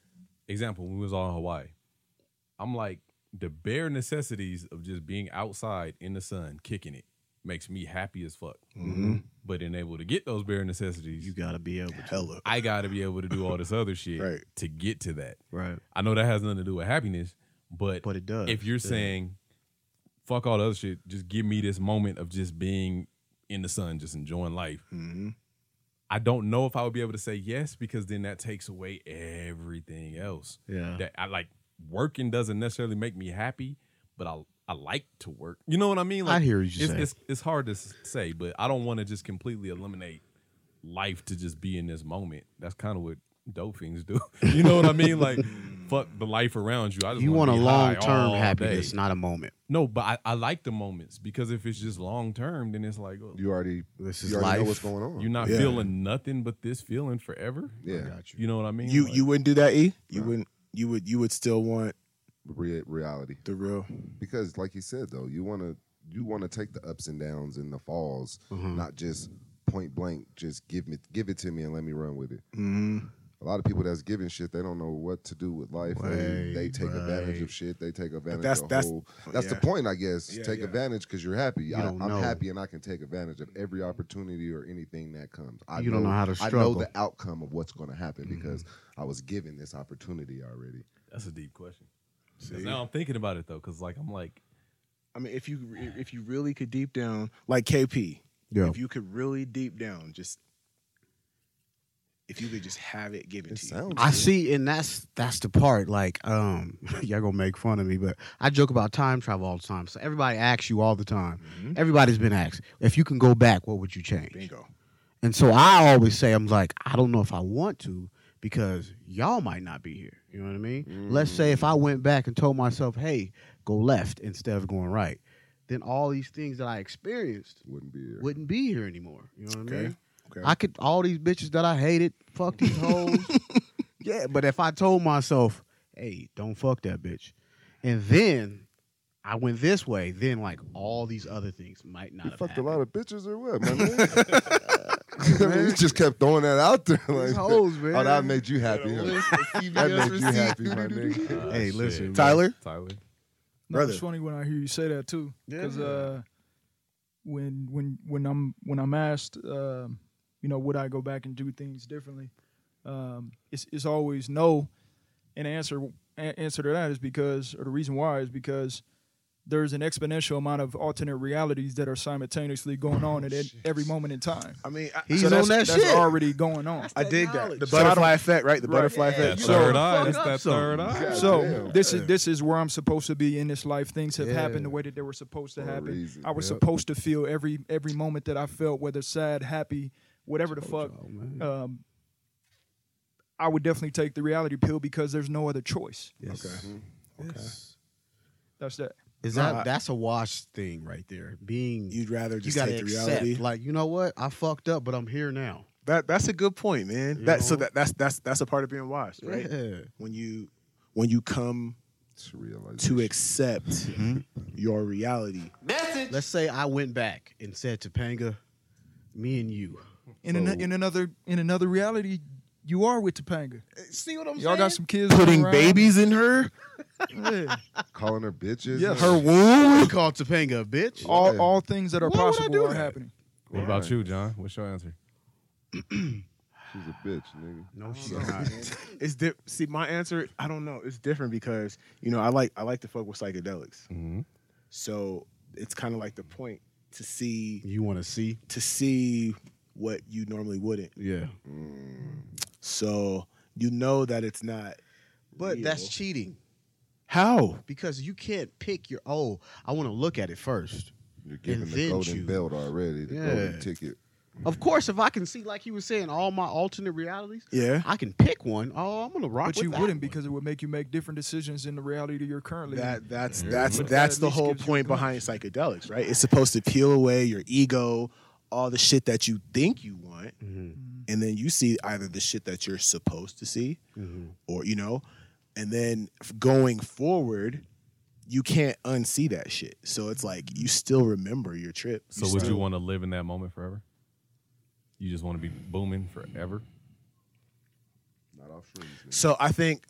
example, when we was all in Hawaii, I'm like the bare necessities of just being outside in the sun, kicking it, makes me happy as fuck. But then able to get those bare necessities,
You gotta be able to.
Hella,
I gotta be able to do all this other shit
Right.
to get to that.
Right.
I know that has nothing to do with happiness, but,
But it does.
if you're saying fuck all the other shit, just give me this moment of just being in the sun, just enjoying life.
Mm-hmm.
I don't know if I would be able to say yes because then that takes away everything else.
Yeah.
That I like working doesn't necessarily make me happy, but I I like to work. You know what I mean? Like,
hear what you're
it's,
saying.
It's, it's hard to s- say, but I don't want to just completely eliminate life to just be in this moment. That's kind of what dope fiends do. you know what I mean? Like, fuck the life around you. I just
You want a
be high
long term
all
happiness,
day.
not a moment.
No, but I, I like the moments because if it's just long term, then it's like well,
You already
This is
you already
life.
know what's going on.
you're not
Yeah.
feeling nothing but this feeling forever.
Oh
yeah,
You know what I mean?
you
Like,
you wouldn't do that, E. You
No.
wouldn't. You would you would still want
Re- reality.
the real.
Because like you said though, you wanna you wanna take the ups and downs and the falls,
Uh-huh.
not just point blank, just give me give it to me and let me run with it.
Mm-hmm.
A lot of people that's giving shit, they don't know what to do with life. They, they take advantage of shit. They take advantage
that's-
of
that's-
whole. That's the
yeah.
point, I guess.
Yeah,
take
yeah.
advantage because you're happy. I,
don't
I'm
know.
happy and I can take advantage of every opportunity or anything that comes. I
You don't know how to
I know
struggle. Mm-hmm.
the outcome of what's going to happen because I was given this opportunity already.
that's a deep question. 'Cause Now I'm thinking about it though, because like I'm like
I mean, if you if you really could deep down, like KP,
Yeah.
if you could really deep down, just if you could just have it given
It
to
sounds.
I
good.
see, and that's that's the part. Like, um, y'all gonna make fun of me, but I joke about time travel all the time. So everybody asks you all the time. Everybody's been asked if you can go back, what would you change?
you. Bingo.
And so I always say, I'm like, I don't know if I want to because y'all might not be here. You know what I mean? Let's say if I went back and told myself, hey, go left instead of going right, then all these things that I experienced
Wouldn't be here.
wouldn't be here anymore. You know what I
Okay.
mean?
Okay.
I could all these bitches that I hated, fuck these hoes. yeah, but if I told myself, hey, don't fuck that bitch, and then I went this way, then like all these other things might not
You
have
fucked
happened.
a lot of bitches or what, my man? I mean, you just kept throwing that out there. Like,
These hoes, man.
oh, that made you happy. huh? That made you happy, my nigga.
uh,
Hey,
shit.
listen, man.
Tyler?
Tyler.
No,
Brother.
it's funny when I hear you say that too, because uh, when when when I'm when I'm asked, um, you know, would I go back and do things differently? Um, it's it's always no, and the answer a- answer to that is because, or the reason why is because there's an exponential amount of alternate realities that are simultaneously going on at ed- every moment in time.
I mean, I,
Oh, He's
so that's-
on that
That's
shit.
already going on.
I dig that. The
So I don't-
butterfly effect, right? The
Right.
butterfly
Yeah,
effect.
That
you
So-
third
don't
eye.
fuck
That's
up
that
some.
third eye.
So
Goddamn.
this is this is where I'm supposed to be in this life. Things have happened the way that they were supposed to
For a
happen.
reason,
I was
yep.
supposed to feel every every moment that I felt, whether sad, happy, whatever the fuck. um, I would definitely take the reality pill because there's no other choice. That's that.
Is
Nah,
that
I-
that's a wash thing right there? Being
You'd rather
you
just
gotta
take the
accept,
reality.
like you know what I fucked up, but I'm here now.
That that's a good point, man.
You
that so
know?
that that's that's that's a part of being washed, right?
Yeah.
When you when you come
It's realization.
to accept your reality.
Let's say I went back and said to Panga, "Me and you."
In an, in another in another reality, you are with Topanga.
See what I'm
Y'all got some kids
putting
running around.
babies in her,
Yeah.
calling her bitches. and-
Yes.
her womb.
You called Topanga a bitch.
All
Yeah.
all things that are
Why would I do
possible are
that?
happening.
What about you, John? What's your answer?
She's a bitch, nigga.
No, she's not.
It's di- see my answer. I don't know. It's different because you know I like I like to fuck with psychedelics.
Mm-hmm.
Mhm.
So it's kind of like the point to see
You want to see?
to see what you normally wouldn't.
Yeah,
Mm,
So you know that it's not.
but
real.
that's cheating.
How?
because you can't pick your oh, I want to look at it first.
You're giving
And
the
then
golden
you-
belt already, the
Yeah.
golden ticket.
Of course, if I can see, like you were saying, all my alternate realities,
Yeah.
I can pick one. Oh, I'm gonna rock.
But
with
you
that
wouldn't
one.
because it would make you make different decisions in the reality that you're currently. in.
That that's that's
But that
that's
at
the
least
whole
gives you
point
a glimpse.
behind psychedelics, right? It's supposed to peel away your ego, all the shit that you think you want,
Mm-hmm.
and then you see either the shit that you're supposed to see,
Mm-hmm.
or you know, and then f- going forward, you can't unsee that shit. So it's like you still remember your trip.
So would you
still-
want to live in that moment forever? You just want to be booming forever?
Not off freeze. man.
So I think,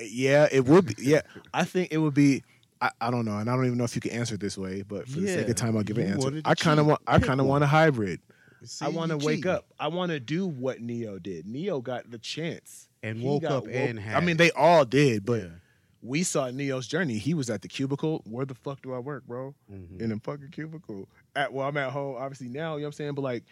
yeah, it would be. Yeah, I think it would be. I, I don't know, and I don't even know if you can answer it this way, but for the sake
Yeah,
of time, I'll give an
you
answer.
wanted to
I kind of
cheat.
want. I
Pick
kind of
one.
want a hybrid.
See,
I want to
you
wake
cheating.
up. I want to do what Neo did. Neo got the chance
And
He
woke
got
up
woke-
and
I
had
mean,
it.
they all did, but we saw Neo's journey. He was at the cubicle. Where the fuck do I work, bro?
Mm-hmm. Mm.
In the fucking cubicle. At well, I'm at home, obviously now. You know what I'm saying? But like,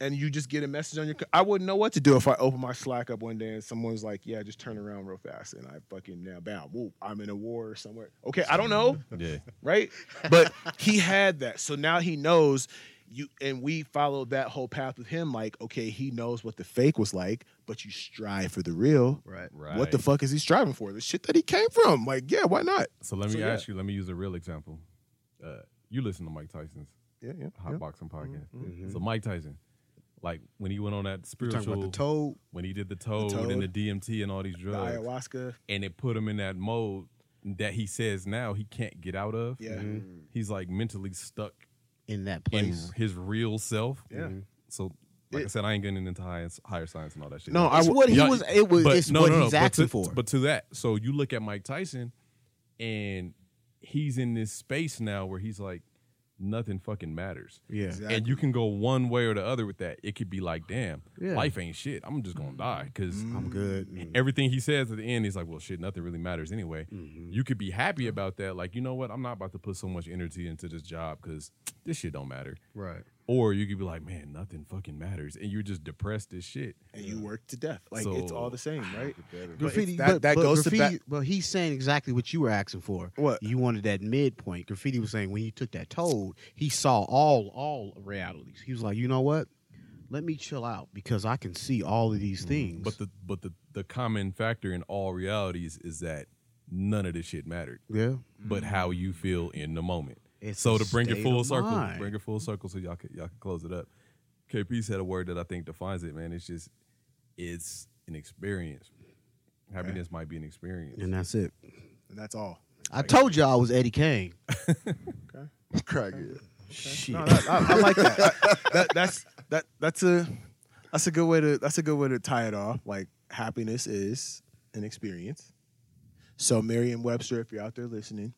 and you just get a message on your. c- I wouldn't know what to do if I opened my Slack up one day and someone's like, "Yeah, just turn around real fast," and I fucking now, bam, whoop, I'm in a war somewhere. Okay, I don't know
Yeah.
right? But he had that. So now he knows you and we followed that whole path with him like, okay, he knows what the fake was like, but you strive for the real.
right.
Right.
What the fuck is he striving for? The shit that he came from. Like, yeah, why not?
So let me
So, yeah.
ask you, let me use a real example. Uh, you listen to Mike Tyson's
Yeah, yeah.
hot boxing
Mm-hmm.
podcast. So Mike Tyson, like when he went on that
Talking
spiritual
about the toad,
when he did the toad,
toad.
and the DMT and all these
the
drugs,
ayahuasca.
and it put him in that mode that he says now he can't get out of.
Yeah.
He's like mentally stuck
in that
in
place.
his real self.
Yeah. Mhm.
So like I
It-
said, I ain't getting into higher, higher science and all that shit.
No, I
It's
w-
what he
Yeah,
was. It was.
but
it's
no,
what
no, no,
he's
but to-
asking for.
But to that, so you look at Mike Tyson, and he's in this space now where he's like, nothing fucking matters.
yeah,
Exactly.
And you can go one way or the other with that. It could be like, damn,
Yeah. Mm.
life ain't shit. I'm just gonna die because
I'm good.
everything he says at the end, he's like, well, shit, nothing really matters anyway.
Mm-hmm.
You could be happy about that. Like, you know what? I'm not about to put so much energy into this job because this shit don't matter.
Right.
Or you could be like, man, nothing fucking matters, and you're just depressed as shit.
And you work to death. Like
So-
it's all the same, right?
Graffiti.
that-
but,
that
but
goes to
graffiti,
back-
But he's saying exactly what you were asking for.
What?
Uh, you wanted that midpoint. Graffiti was saying when he took that toad, he saw all all realities. He was like, you know what? Let me chill out because I can see all of these things.
But the but the the common factor in all realities is that none of this shit mattered,
yeah,
but how you feel in the moment.
It's
so
a
to bring
state
it full
of
circle,
mind.
bring it full circle, so y'all can, y'all can close it up. KP said a word that I think defines it, man. It's just it's an experience. Happiness might be an experience.
and that's it.
And that's all.
I told y'all I was Eddie Kane.
Crack it.
Shit.
No, that, I, I like that. I- that. That's that. That's a that's a good way to that's a good way to tie it off. Like happiness is an experience. So Merriam-Webster, if you're out there listening,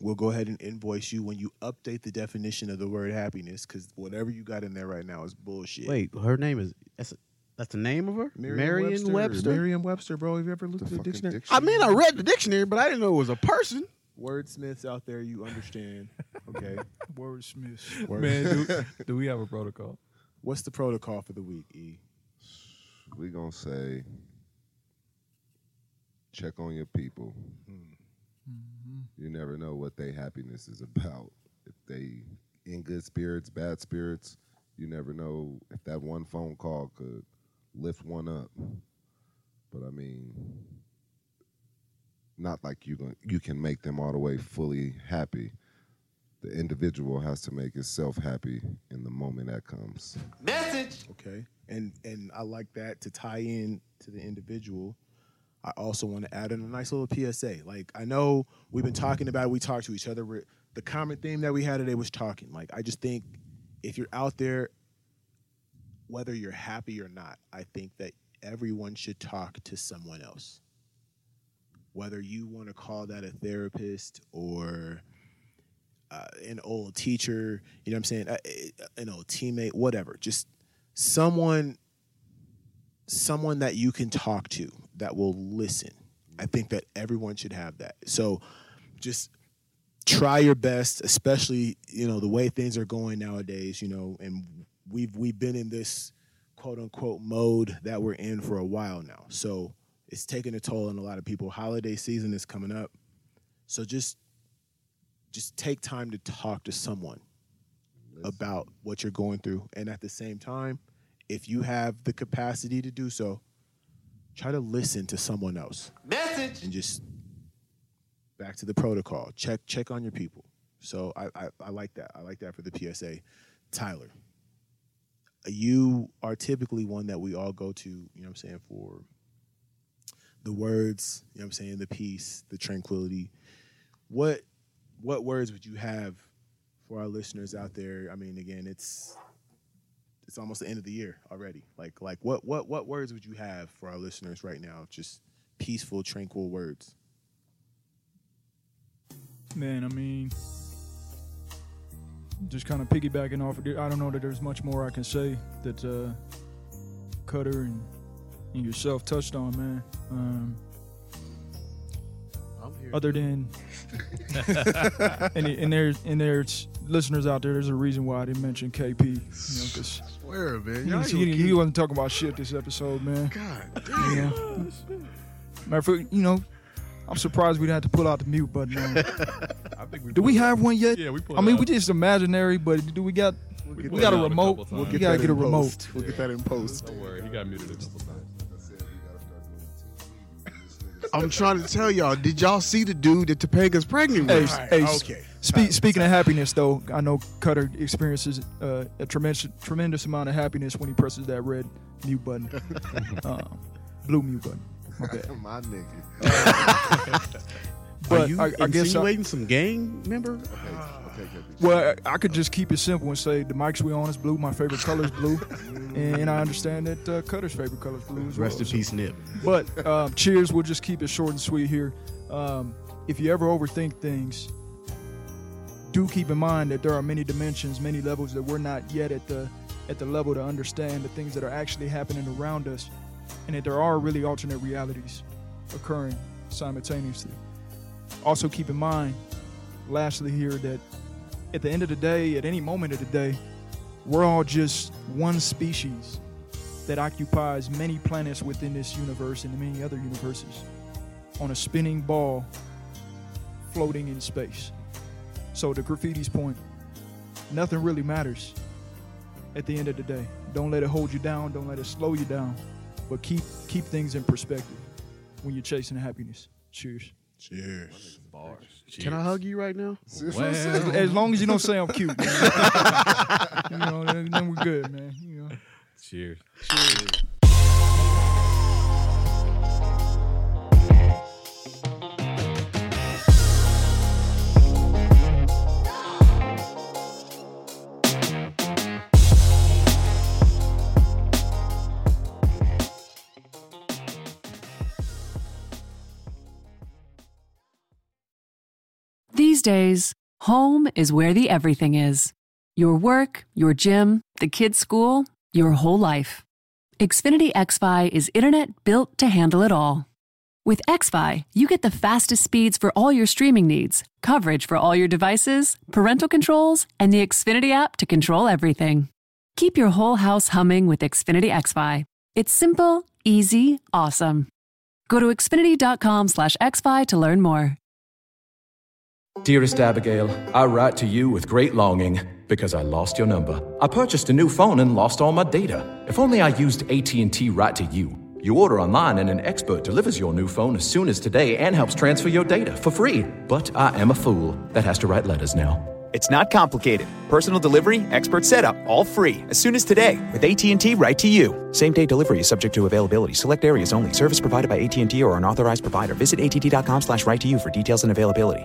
we'll go ahead and invoice you when you update the definition of the word happiness, because whatever you got in there right now is bullshit.
Wait, her name is that's that's the name of her. Marion Webster.
Merriam-Webster, bro. Have you ever looked
The
at a
fucking
dictionary?
I
dictionary.
mean, I read the dictionary, but I didn't know it was a person.
Wordsmiths out there, you understand? Okay.
Wordsmith.
Word-
Man, do, do we have a protocol?
What's the protocol for the week, E?
we gonna say check on your people. You never know what they happiness is about. If they in good spirits, bad spirits, you never know if that one phone call could lift one up. But I mean, not like you gon- you can make them all the way fully happy. The individual has to make itself happy in the moment that comes.
Okay. And and I like that to tie in to the individual. I also want to add in a nice little PSA. Like I know we've been talking about it, we talk to each other. We're, the common theme that we had today was talking. Like I just think if you're out there, whether you're happy or not, I think that everyone should talk to someone else. Whether you want to call that a therapist or uh, an old teacher, you know what I'm saying, uh, uh, an old teammate, whatever. Just someone someone that you can talk to that will listen. I think that everyone should have that. So just try your best, especially, you know, the way things are going nowadays, you know, and we've we've been in this quote unquote mode that we're in for a while now. So it's taking a toll on a lot of people. Holiday season is coming up. So just just take time to talk to someone about what you're going through. And at the same time, if you have the capacity to do so, try to listen to someone else. Message. And just back to the protocol. Check check on your people. So I, I, I like that. I like that for the PSA. Tyler, you are typically one that we all go to, you know what I'm saying, for the words, you know what I'm saying, the peace, the tranquility. What what words would you have for our listeners out there? I mean, again, it's it's almost the end of the year already. Like like what what what words would you have for our listeners right now? Just peaceful, tranquil words.
Man, I mean, just kind of piggybacking off of it. I don't know that there's much more I can say that uh, Cutter and, and yourself touched on, man. Um,
I'm here.
other than and, and there's and there's listeners out there. There's a reason why I didn't mention KP. You know, 'cause
Swear, man.
he,
Y'all
was-
gonna
he, he
keep-
wasn't talking about shit this episode, man.
God
You
damn.
know? Matter of fact, you know, I'm surprised we didn't have to pull out the mute button. on it.
I think we
Do we
pulled-
have one yet?
Yeah, we pulled
I mean,
it
we
out.
just imaginary, but do we got?
We
We
pulled
got
it
a
out
remote.
couple
We
times.
gotta
that
get a
in
remote.
post. We'll get that in post.
Don't worry, he got muted a couple times.
I said we gotta start doing TV. and this nigga's-
I'm trying to tell y'all. Did y'all see the dude that Topanga's pregnant
Hey,
with?
s- hey, s- Spe- speaking of happiness, though, I know Cutter experiences uh, a tremendous, tremendous amount of happiness when he presses that red mute button, um, blue mute button. My bad.
My nigga.
But
Are you
I, I guess I,
insinuating some gang member?
Okay, okay, Kevin.
well, I I could just keep it simple and say the mics we on is blue. My favorite color is blue, and I understand that uh, Cutter's favorite color is blue. As
Rest
well,
in
so-
peace, Nip.
But um, cheers. We'll just keep it short and sweet here. Um, if you ever overthink things, do keep in mind that there are many dimensions, many levels that we're not yet at the at the level to understand the things that are actually happening around us, and that there are really alternate realities occurring simultaneously. Also, keep in mind, lastly, here that at the end of the day, at any moment of the day, we're all just one species that occupies many planets within this universe and many other universes on a spinning ball floating in space. So, to graffiti's point, nothing really matters at the end of the day. Don't let it hold you down, don't let it slow you down, but keep, keep things in perspective when you're chasing happiness. Cheers.
Cheers.
Can I hug you right now?
As, as long as you don't say I'm cute, man. you know, then, then we're good, man. You know.
Cheers.
These days, home is where the everything is your work, your gym, the kids' school, your whole life. Xfinity XFi is internet built to handle it all. With XFi, you get the fastest speeds for all your streaming needs, coverage for all your devices, parental controls, and the Xfinity app to control everything. Keep your whole house humming with Xfinity XFi. It's simple, easy, awesome. Go to xfinity.com slash xfi to learn more.
Dearest Abigail, I write to you with great longing because I lost your number. I purchased a new phone and lost all my data. If only I used AT&T Right to You. You order online and an expert delivers your new phone as soon as today and helps transfer your data for free. But I am a fool that has to write letters now.
It's not complicated. Personal delivery, expert setup, all free. As soon as today with AT&T Right to You. Same day delivery is subject to availability. Select areas only. Service provided by AT&T or an authorized provider. Visit att.com slash right to you for details and availability.